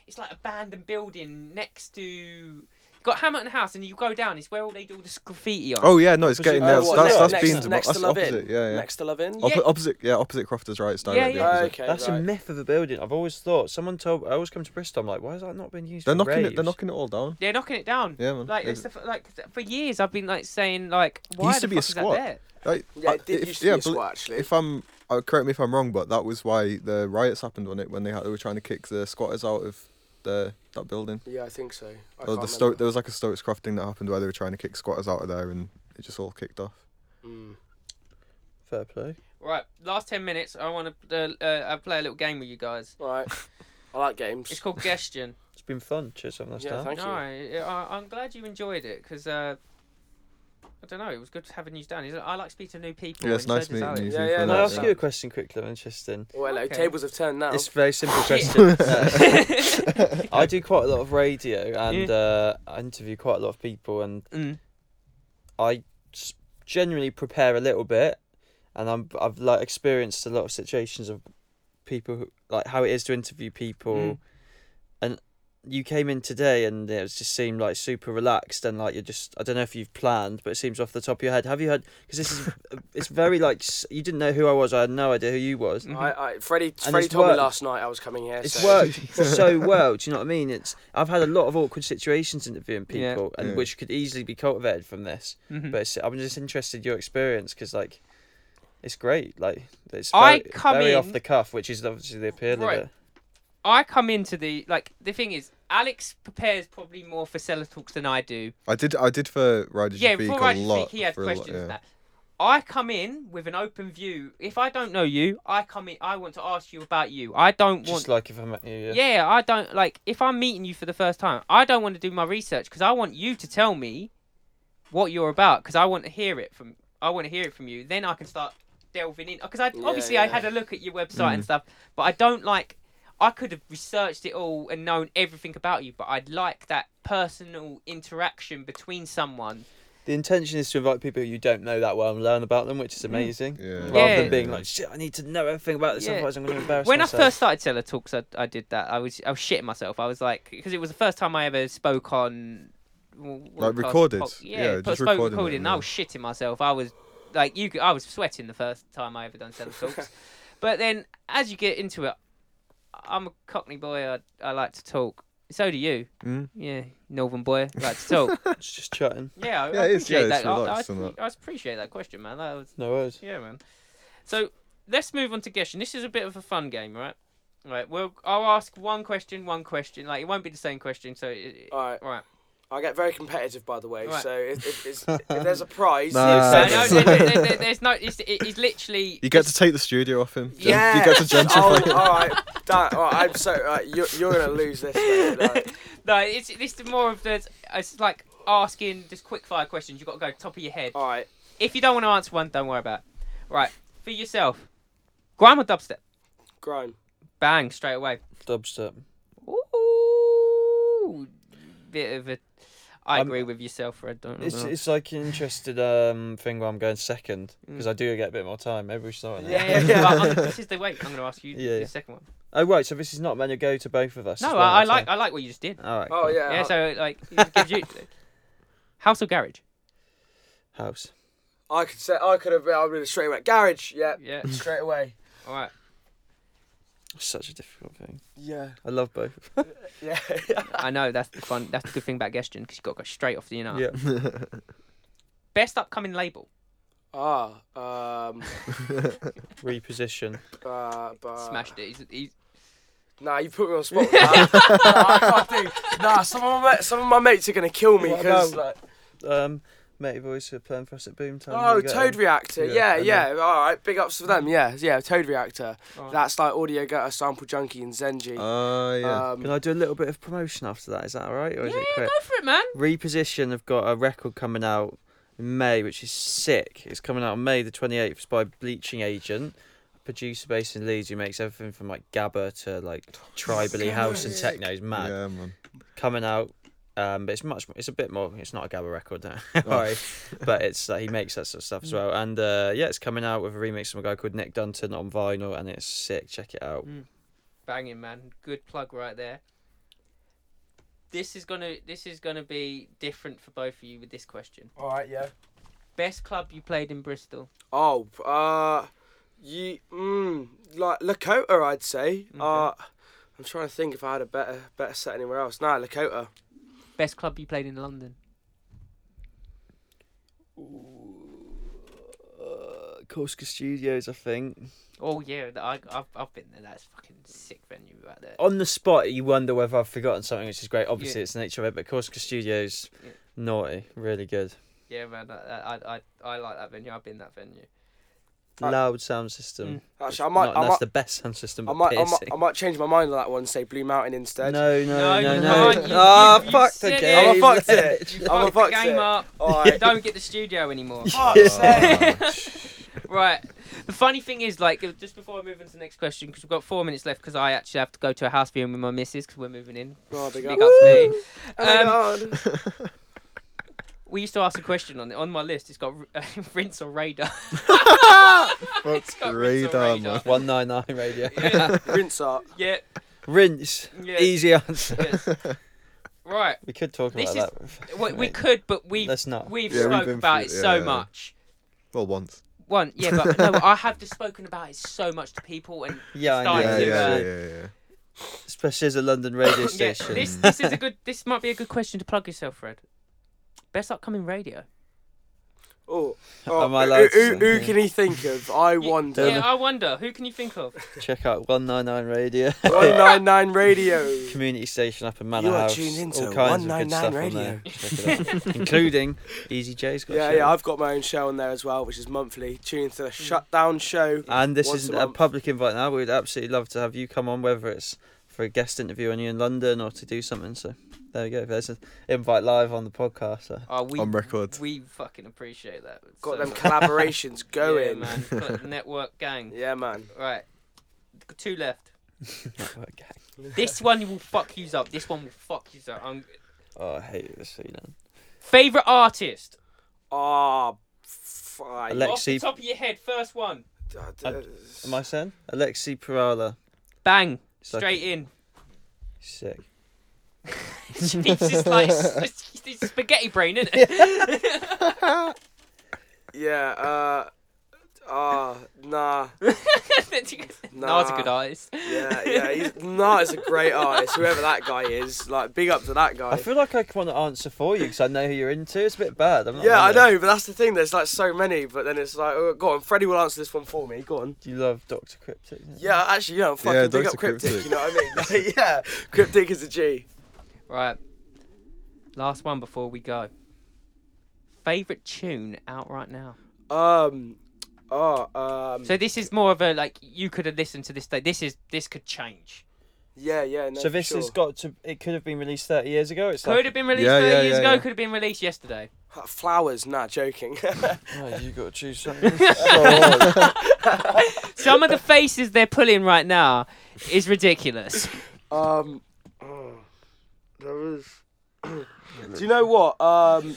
A: It's like abandoned building next to. you've Got Hamilton House, and you go down. It's where all they do all this graffiti on.
B: Oh yeah, no, it's getting
D: Oh,
B: there.
D: what,
B: that's that's
D: next,
B: being
D: next,
B: demo-
D: next
B: that's
D: to Love In?
B: opposite. Yeah, yeah.
D: Next to Love In?
A: Yeah.
B: Oppo- opposite, yeah, opposite Crofters Right. It's directly
A: yeah.
B: opposite.
D: Okay,
C: That's a
D: right.
C: myth of a building. I've always thought. Someone told. I always come to Bristol. I'm like, why has that not been used?
B: They're
C: for
B: knocking
C: raves?
B: it. They're knocking it all down.
A: They're knocking it down.
B: Yeah, man.
A: Like
B: It-
A: it's the, f- like th- for years I've been like saying like why
B: used
A: the
B: to be a
A: fuck is that
B: squat.
A: there?
B: Like,
D: Yeah,
B: I-
D: it did
B: Uh, if-
D: used to be a
B: bel-
D: squat, actually.
B: If I'm, uh, correct me if I'm wrong, but that was why the riots happened on it when they had, they were trying to kick the squatters out of the that building.
D: Yeah, I think so. I
B: Or
D: can't
B: the
D: remember.
B: Stoke, there was like a Stokes Croft thing that happened where they were trying to kick squatters out of there, and it just all kicked off.
D: Mm.
C: Fair play.
A: Right, last ten minutes. I want to uh, uh, play a little game with you guys.
D: All right. I like games.
A: It's called Gestion.
C: It's been fun. Cheers, have a nice
D: yeah,
C: day.
D: thank you.
A: no, I, I- I'm glad you enjoyed it because uh, I don't know, it was good having you down. Is it- I like speaking to new people.
B: yeah,
A: and
B: it's
A: so
B: nice
A: does
B: meeting
A: Alex.
B: you.
D: Yeah,
B: Zoe,
D: yeah,
B: for
C: Can
D: no,
C: I
B: that.
D: that's
C: ask you a question quickly? I'm interesting.
D: Well, hello.
A: Okay.
D: Tables have turned now.
C: It's a very simple
A: Shit.
C: question. Uh, I do quite a lot of radio
D: Mm.
C: and
A: Yeah.
C: uh, I interview quite a lot of people, and
A: Mm.
C: I s- generally prepare a little bit, and I'm I've like experienced a lot of situations of people who, like how it is to interview people,
A: Mm.
C: and you came in today and it was- just seemed like super relaxed and like you're just I don't know if you've planned, but it seems off the top of your head. Have you had because this is it's very like s- you didn't know who I was. I had no idea who you was.
A: Mhm.
D: I, I, Freddie,
C: And
D: Freddie
C: it's
D: told me
C: worked.
D: last night I was coming here.
C: It's
D: so.
C: worked so well. Do you know what I mean? It's I've had a lot of awkward situations interviewing people,
A: Yeah.
C: and
B: Yeah.
C: which could easily be cultivated from this.
A: Mhm.
C: But it's, I'm just interested in your experience because like, it's great. Like it's very,
A: I come
C: very
A: in-
C: off the cuff, which is obviously the appeal
A: Right.
C: of it.
A: I come into the like the thing is Alex prepares probably more for seller talks than I do.
B: I did, I did for Riders
A: yeah,
B: Speak
A: before
B: a
A: I
B: lot.
A: speak, he had
B: for a lot,
A: questions.
B: yeah.
A: and that I come in with an open view. If I don't know you, I come in. I want to ask you about you. I don't want
C: Just like if I met you, yeah.
A: Yeah, I don't like if I'm meeting you for the first time. I don't want to do my research because I want you to tell me what you're about because I want to hear it from I want to hear it from you. Then I can start delving in because I
D: Yeah,
A: obviously I
D: yeah. Mm-hmm.
A: had a look at your website and stuff, but I don't like I could have researched it all and known everything about you, but I'd like that personal interaction between someone.
C: The intention is to invite people you don't know that well and learn about them, which is amazing.
B: Yeah.
C: Rather
A: Yeah.
C: than being like, shit, I need to know everything about this,
A: Yeah.
C: otherwise I'm going to embarrass
A: when
C: myself.
A: I first started Seller Talks, I, I did that. I was I was shitting myself. I was like, because it was the first time I ever spoke on. w- broadcast
B: recorded?
A: pod-
B: Yeah,
A: yeah, but
B: just
A: spoke
B: recording
A: recording.
B: it,
A: and I
B: yeah.
A: was shitting myself. I was like, you. could- I was sweating the first time I ever done Seller Talks. but then, as you get into it, I'm a Cockney boy. I, I like to talk. So do you.
B: Mm.
A: Yeah, Northern boy. like to talk.
C: It's just chatting.
A: Yeah, I,
B: Yeah,
A: I
B: it is, yeah,
A: appreciate
B: it's
A: that. I, I,
B: relaxed and
A: appre- I appreciate that question, man. That was
C: No worries.
A: yeah, man. So let's move on to Geshin. This is a bit of a fun game, right? Right. Well, I'll ask one question, one question. Like it won't be the same question. So it,
D: All right.
A: right.
D: I get very competitive, by the way.
A: Right.
D: So if, if, it's, if there's a prize,
B: Nah.
A: So
B: Uh,
D: it's-
A: no, there,
B: it's-
A: there- there- there- there's no. It's, it, it's literally.
B: You get to take the studio off him. Gen-
D: yeah.
B: You get to gentrify.
D: Oh, all right. Damn, all right. I'm so. All right, you're, you're gonna lose this. Mate. Like,
A: no, it's this is more of the. It's like asking just quick fire questions. You have got to go top of your head.
D: all right.
A: If you don't want to answer one, don't worry about. it. Right. For yourself, grime or dubstep?
D: Grime.
A: Bang straight away.
C: Dubstep.
A: Ooh, bit of a. I
C: I'm-
A: agree with yourself, Fred. Don't know.
C: It's it's like an interested um thing where I'm going second because I do get a bit more time every time.
A: Mm. Yeah, yeah, yeah. Well, I'm- this is the wait. I'm going to ask you
C: Yeah.
A: the second one.
C: Oh right, so this is not meant to go to both of us.
A: No, I, I like I like what you just did.
C: All right.
D: Oh yeah.
A: Yeah,
D: I-
A: so like it gives you house or garage.
C: House.
D: I could say I could have. I would have straight away. Garage. Yeah.
A: Yeah.
D: Straight away.
A: All right.
C: Such a difficult thing.
D: Yeah.
C: I love both.
D: Yeah.
A: I know that's the fun. That's the good thing about Gestion because you got to go straight off the you know.
C: Yeah.
A: Best upcoming label.
D: Ah. Um.
C: Reposition.
D: Uh, but
A: Smashed it. He's, he's,
D: Nah, you put me on the spot. nah, nah, I can't do. Nah, some of my ma- some of my mates are gonna kill me
C: What
D: because
C: about, Um, Matey Voice are playing for us at Boomtown.
D: Oh,
C: We got
D: Toad
C: them.
D: Reactor.
C: Yeah,
D: Yeah,
C: and
D: yeah. All right, big ups for them. Yeah, yeah. Toad Reactor.
A: Right.
D: That's like Audio Gutter, Sample Junkie, and Zenji.
B: Ah, yeah.
D: Um,
C: Oh, Can I do a little bit of promotion after that? Is that all right? Or
A: Yeah,
C: is
A: yeah,
C: it
A: go
C: quick?
A: for it, man.
C: Reposition have got a record coming out in May, which is sick. It's coming out on May the 28th. It's by Bleaching Agent, a producer based in Leeds who makes everything from like Gabba to like Tribally House and
B: Sick.
C: Techno. He's mad.
B: Yeah, man.
C: Coming out, um, but it's much, it's a bit more, it's not a Gabba record, no. Sorry. but it's like he makes that sort of stuff as well. And uh, yeah, it's coming out with a remix from a guy called Nick Dunton on vinyl and it's sick. Check it out.
A: Banging, man. Good plug right there. This is gonna this is gonna be different for both of you with this question.
E: All right, yeah.
A: Best club you played in Bristol?
D: oh, uh, you mm, like Lakota, I'd say. Uh, I'm trying to think if I had a better better set anywhere else. Nah, Lakota.
A: Best club you played in London?
C: Uh, Corsica Studios, I think.
A: Oh yeah, th- I, I've I've been there. That's fucking sick venue right there.
C: on the spot, you wonder whether I've forgotten something, which is great. Obviously,
A: Yeah.
C: it's the nature of it, but Corsica Studios,
A: Yeah.
C: naughty, really good.
A: Yeah, man. I I, I I like that venue. I've been that venue.
D: Uh,
C: Loud sound system.
A: Mm.
D: Actually, I might,
C: Not,
D: I
C: that's
D: might,
C: the best sound system.
D: I
C: But
D: might, I might,
C: piercing.
D: I might change my mind on that one. and Say Blue Mountain instead.
C: no,
A: No,
C: no, no,
A: you
C: no.
A: can't. You-
C: Ah,
A: you- you
C: fuck the
A: said it.
C: game.
D: Oh, I fucked it.
C: Ledge.
D: I'm a
A: Fucked the
D: fuck
A: game
D: set.
A: up.
D: All right.
A: Don't get the studio anymore.
D: Fuck's sake.
A: right. The funny thing is, like, uh, just before I move on to the next question, because we've got four minutes left, because I actually have to go to a house viewing with my missus, because we're moving in.
D: Oh, big
A: Big
D: up.
A: ups, me.
D: Oh my
A: Um,
D: God.
A: We used to ask a question on on my list. It's got r- rinse or radar.
B: Fuck
A: got rinse or
B: radar,
A: radar.
B: man.
C: 199 radio.
A: yeah,
D: Rinse up.
A: yeah,
C: Rinse.
A: yeah.
C: Easy answer.
A: yes. Right.
C: We could talk
A: This
C: about that.
A: We, we
C: Mate,
A: could, but we
C: Let's not.
A: we've
B: Yeah, we've
A: spoke
B: been
A: about
B: through-
A: it so
B: yeah.
A: much.
B: Well, once.
A: One, yeah, but no, I have just spoken about it so much to people, and
C: Yeah, I know.
A: Starting to,
B: Yeah, yeah,
A: uh,
B: yeah, yeah, yeah.
C: Especially as a London radio
A: yeah,
C: station.
A: this this is a good. This might be a good question to plug yourself, Fred. Best upcoming radio.
D: Oh, oh,
C: Am I
D: who-
C: allowed to
D: who,
C: say-
D: who can he think of? I
A: Yeah,
D: wonder.
A: Yeah, I wonder. Who can you think of?
C: Check out 199 radio.
D: 199 Radio.
C: community station up in Manor
D: You are
C: House.
D: tuned into
C: all kinds of
D: 199
C: good stuff
D: Radio.
C: on there. Check it out. Including Easy J's got a
D: Yeah,
C: show.
D: yeah, I've got my own show on there as well, which is monthly. Tune into the shutdown show.
C: And this
D: once
C: is
D: a
C: a
D: month.
C: public invite now. We'd absolutely love to have you come on, whether it's for a guest interview when you're in London or to do something. So there we go. There's an invite live on the podcast. So.
A: Oh, we
B: On record.
A: We fucking appreciate that. so
D: Got them
A: much.
D: collaborations going.
A: yeah, man. Got the network gang.
D: Yeah, man.
A: Right, two left.
C: Okay.
A: This one will fuck you up. This one will fuck you up. Um,
C: Oh, I hate this feeling.
A: favorite artist.
D: Ah, fine.
C: Alex-
A: Off the
C: Lexi-
A: top of your head, first one.
D: Uh, d-
C: I- Am I saying? Alexi Perala.
A: Bang.
C: Suck
A: Straight in.
C: Sick.
A: He's just like s- he's spaghetti brain, isn't it?
D: yeah, uh, ah, nah,
A: nah. Nars a good
D: Nah.
A: artist.
D: yeah, yeah. He's, nah, is a great artist, whoever that guy is. Like, big up to that
C: I
D: guy.
C: feel like I want to answer for you because I know who you're into. It's a bit bad. I'm not
D: Yeah, I
C: having it.
D: know, but that's the thing. There's like so many, but then it's like, oh, go on, Freddie will answer this one for me. Go on.
C: You love Doctor Cryptic. don't you?
D: Yeah, actually, you know, fucking
B: Yeah,
D: big
B: Dr.
D: up cryptic,
B: Cryptic.
D: You know what I mean? Like, yeah, cryptic is a G.
A: Right. Last one before we go. Favorite tune out right now.
D: Um, oh, um,
A: So this is more of a like you could have listened to this day. This is this could change.
D: yeah, yeah. No,
C: So this
D: sure.
C: has got to. It could have been released 30 years ago. It's
A: Could
C: like,
A: have been released
B: Yeah,
A: 30
B: yeah,
A: years
B: yeah,
A: ago.
B: yeah.
A: Could have been released yesterday.
D: Uh, flowers. Nah, joking.
C: oh, you got to choose something.
A: Some of the faces they're pulling right now is ridiculous.
D: um, oh, there was. Do you know what? Um,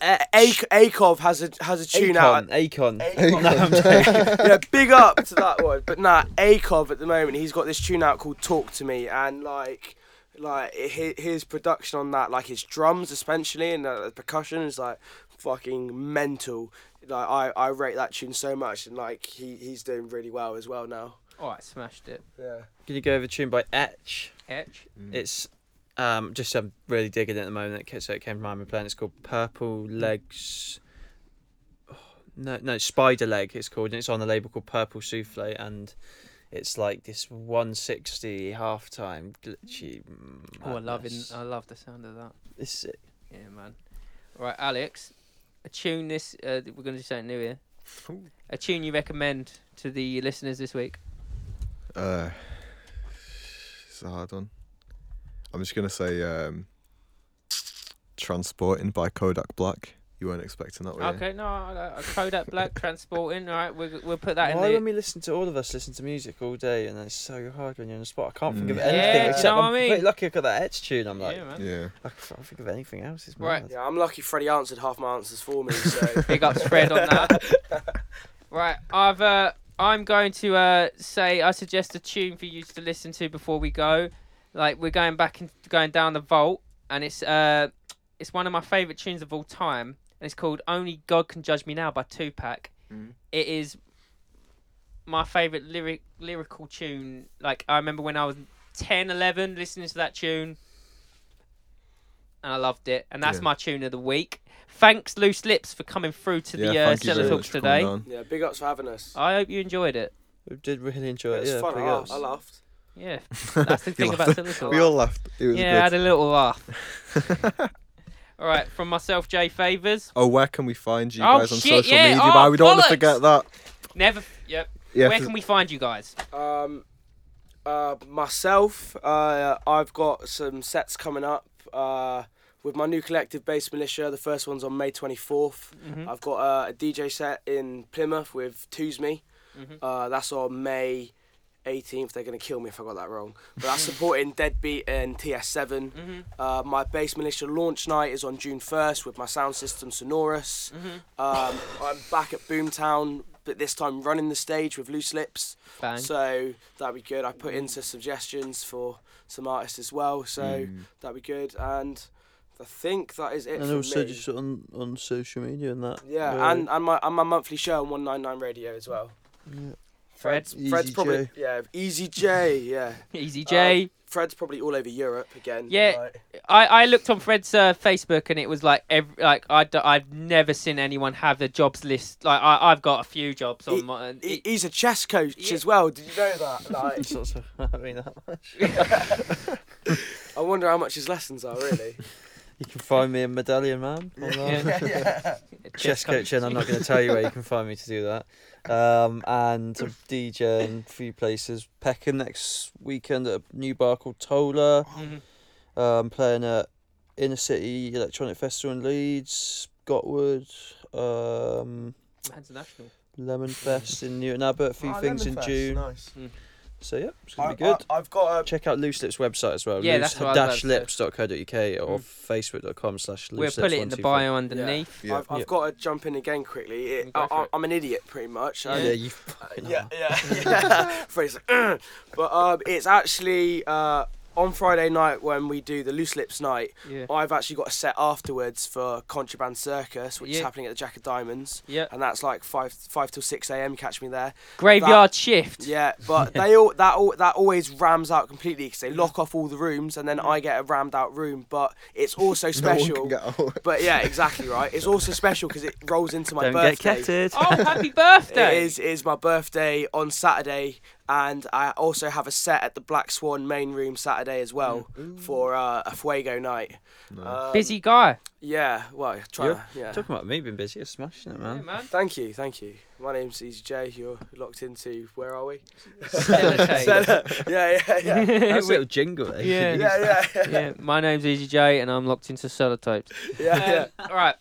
D: A- A- Akov has a has a tune out.
C: Akon. Akon.
D: Akon.
C: No, I'm joking.
D: yeah, big up to that one. But nah, Akov at the moment, he's got this tune out called "Talk to Me," and like, like hi- his production on that, like his drums especially and uh, the percussion is like fucking mental. Like I, I rate that tune so much, and like he, he's doing really well as well now.
A: All right, smashed it.
D: Yeah.
C: Can you go over a tune by Etch?
A: Etch.
C: It's um, just I'm really digging it at the moment. It ca- So it came to mind. We're playing. It's called Purple Legs. Oh, No, no, Spider Leg. It's called, and it's on a label called Purple Souffle, and it's like this 160 halftime glitchy.
A: Oh, I love it.
C: madness.
A: I love the sound of that.
C: It's sick.
A: Yeah, man. Right, Alex. a tune this. Uh, we're going to do something new here. A tune you recommend to the listeners this week?
B: Uh, it's a hard one. I'm just gonna say um, "Transporting" by Kodak Black. You weren't expecting that, were you?
A: Okay, no, I- I- Kodak Black transporting. All right, we'll, we'll put that
C: Why
A: in
C: when
A: the.
C: we listen to all of us listen to music all day and it's so hard when you're on the spot? I can't think of
B: Mm.
C: anything
A: Yeah, do you
C: except
A: know what
C: I'm
A: I mean?
C: pretty lucky I got that etch tune. I'm like,
A: Yeah, man.
B: Yeah.
C: I can't think of anything else. It's
A: Right.
C: mad.
D: Yeah, I'm lucky Freddie answered half my answers for me, so
A: Big up spread on that. Right, I've uh, I'm going to uh, say I suggest a tune for you to listen to before we go. Like we're going back and going down the vault, and it's uh, it's one of my favorite tunes of all time, and it's called "Only God Can Judge Me Now" by Tupac.
B: Mm.
A: It is my favorite lyric lyrical tune. Like I remember when I was 10, 11, listening to that tune, and I loved it. And that's
B: Yeah.
A: my tune of the week. Thanks, Loose Lips, for coming through to the
B: yeah,
A: uh,
B: thank you
A: Cellar
B: very
A: Talks
B: much for coming
A: today.
B: on.
D: yeah, big ups for having us.
A: I hope you enjoyed it.
C: We did really enjoy
D: It
C: it.
D: was
C: Uh, Yeah,
D: fun. I
C: big
D: laughed. I
C: ups.
D: laughed.
A: Yeah, that's the
B: You
A: thing
B: laughed.
A: about Cellar Talks.
B: We all laughed. It was
A: Yeah, I had
B: good.
A: a little laugh. All right, from myself, Jay Favors.
B: Oh, where can we find you
A: Oh,
B: guys on
A: shit,
B: social
A: yeah.
B: media?
A: Oh,
B: man? we don't want
A: bollocks.
B: to forget that.
A: Never. Yep.
B: Yeah,
A: Where
B: for-
A: can we find you guys?
D: Um, uh, myself, uh, I've got some sets coming up uh, with my new collective, Bass Militia. The first one's on May 24th. I've got uh, a DJ set in Plymouth with Toosme. Uh, that's on May 18th. They're going to kill me if I got that wrong. But that's supporting Deadbeat and TS7. Uh, my Bass Militia launch night is on June 1st with my sound system Sonorous. Um, I'm back at Boomtown, but this time running the stage with Loose Lips.
A: Bang.
D: So that'd be good. I put in some suggestions for some artists as well, so
A: Hmm.
D: that'd be good. And I think that is it
C: And
D: for
C: also
D: me.
C: just on, on social media and that.
D: yeah,
C: uh,
D: and, and my and my monthly show on One Nine Nine Radio as well.
A: Fred.
D: Fred's,
C: Easy
D: Fred's probably
C: J.
D: yeah, Easy J, yeah.
A: Easy J.
D: Fred's probably all over Europe again.
A: Yeah.
D: like-
A: I, I looked on Fred's uh, Facebook and it was like ev like I d- I've never seen anyone have the jobs list. Like I I've got a few jobs on
D: He-
A: my. and
D: he,
A: it-
D: he's a chess coach
A: Yeah.
D: as well. Did you know that? Like,
C: It's not so- I mean that much.
D: I wonder how much his lessons are really.
C: You can find me in Medallion Man. online.
A: yeah,
C: Chess
A: coach.
C: coaching. I'm not going to tell you where you can find me to do that. Um, and I'm DJing in a few places. Peckham next weekend at a new bar called Tola.
A: Mhm.
C: Um, playing at Inner City Electronic Festival in Leeds, Gotwood, um,
A: Man's national.
C: Lemon Fest in Newton Abbott. A
D: Oh,
C: few
A: Oh,
C: things in June.
E: Nice.
C: So yeah, it's gonna be
E: I,
C: good.
E: I, have got a.
C: Check out Loose Lips website as well.
A: Yeah, that's what I was
C: dash
A: about Mm.
C: lips.co.uk or facebook.com slash
A: We'll
C: loose
A: put it in the bio underneath.
B: Yeah.
D: I've, I've
C: Yeah.
D: got to jump in again quickly. It,
A: Go
D: I,
A: for
D: I,
A: it.
D: I'm an idiot pretty much.
A: Yeah.
D: I-
C: Oh, Yeah, you
D: yeah, yeah, yeah. Freddie's like, "Ugh." but um, it's actually uh, on Friday night when we do the Loose Lips night.
A: Yeah.
D: I've actually got a set afterwards for Contraband Circus, which is
A: Yeah.
D: happening at the Jack of Diamonds,
A: Yeah.
D: and that's like five five till six a.m. Catch me there.
A: Graveyard shift.
D: Yeah, but they all that all that always rams out completely because they lock off all the rooms, and then I get a rammed out room. But it's also
B: no one
D: special.
B: can get out.
D: but yeah, exactly right. It's also special because it rolls into my
C: don't
D: birthday.
C: get catted.
A: Oh, happy birthday!
D: It is, it is my birthday on Saturday, and I also have a set at the Black Swan main room Saturday as well
C: Mm.
D: for uh, a Fuego night. Um,
A: Busy guy.
D: Yeah, well, try.
C: You're
D: Yeah.
C: Talking about me being busy, you're smashing it, man.
A: Yeah, man.
D: Thank you, thank you. My name's Easy J. You're locked into where are we?
A: Sellotape.
D: yeah, yeah, yeah, yeah,
C: That's a little jingle. Eh?
A: Yeah.
D: yeah, yeah,
A: yeah, my name's Easy J, and I'm locked into sellotapes.
D: yeah.
A: All right.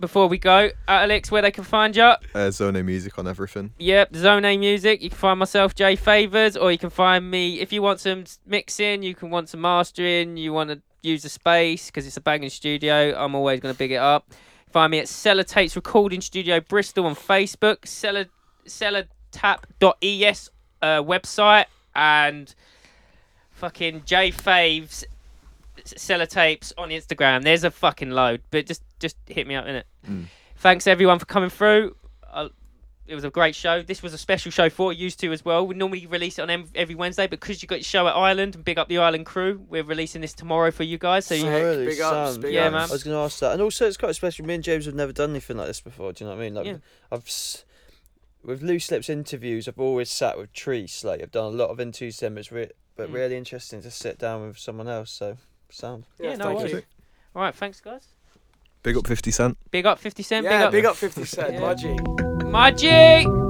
A: Before we go, Alex, where they can find you?
B: Uh, Zone music on everything.
A: Yep, Zone A Music. You can find myself, Jay Favors, or you can find me if you want some s- mixing, you can want some mastering, you want to use the space because it's a banging studio. I'm always going to big it up. Find me at Sellotapes Recording Studio Bristol on Facebook, Cellar, Cellotap.es uh, website, and fucking Jay Faves s- Sellotapes on Instagram. There's a fucking load, but just just hit me up in it. Thanks everyone for coming through. i it was a great show. This was a special show for used to as well. We normally release it on em- every Wednesday, but because you got your show at Ireland and big up the Ireland crew, we're releasing this tomorrow for you guys. So
C: Oh,
A: you,
D: Sick.
C: really?
D: Big ups,
C: Sound.
D: big
A: Yeah,
D: ups.
A: man.
C: I was going to ask that, and also it's quite special. Me and James have never done anything like this before. Do you know what I mean? Like,
A: Yeah.
C: I've s- with loose lips interviews, I've always sat with Treese. Like, I've done a lot of interviews with them. It's re- but
A: Mm.
C: really interesting to sit down with someone else. So, sound.
A: yeah, no
D: thank
A: worries.
D: you.
A: All right, thanks guys.
B: Big up 50 Cent.
A: Big up 50 Cent.
D: yeah,
A: big up,
D: big up 50 Cent,
A: Yeah.
D: Margie.
A: Margie.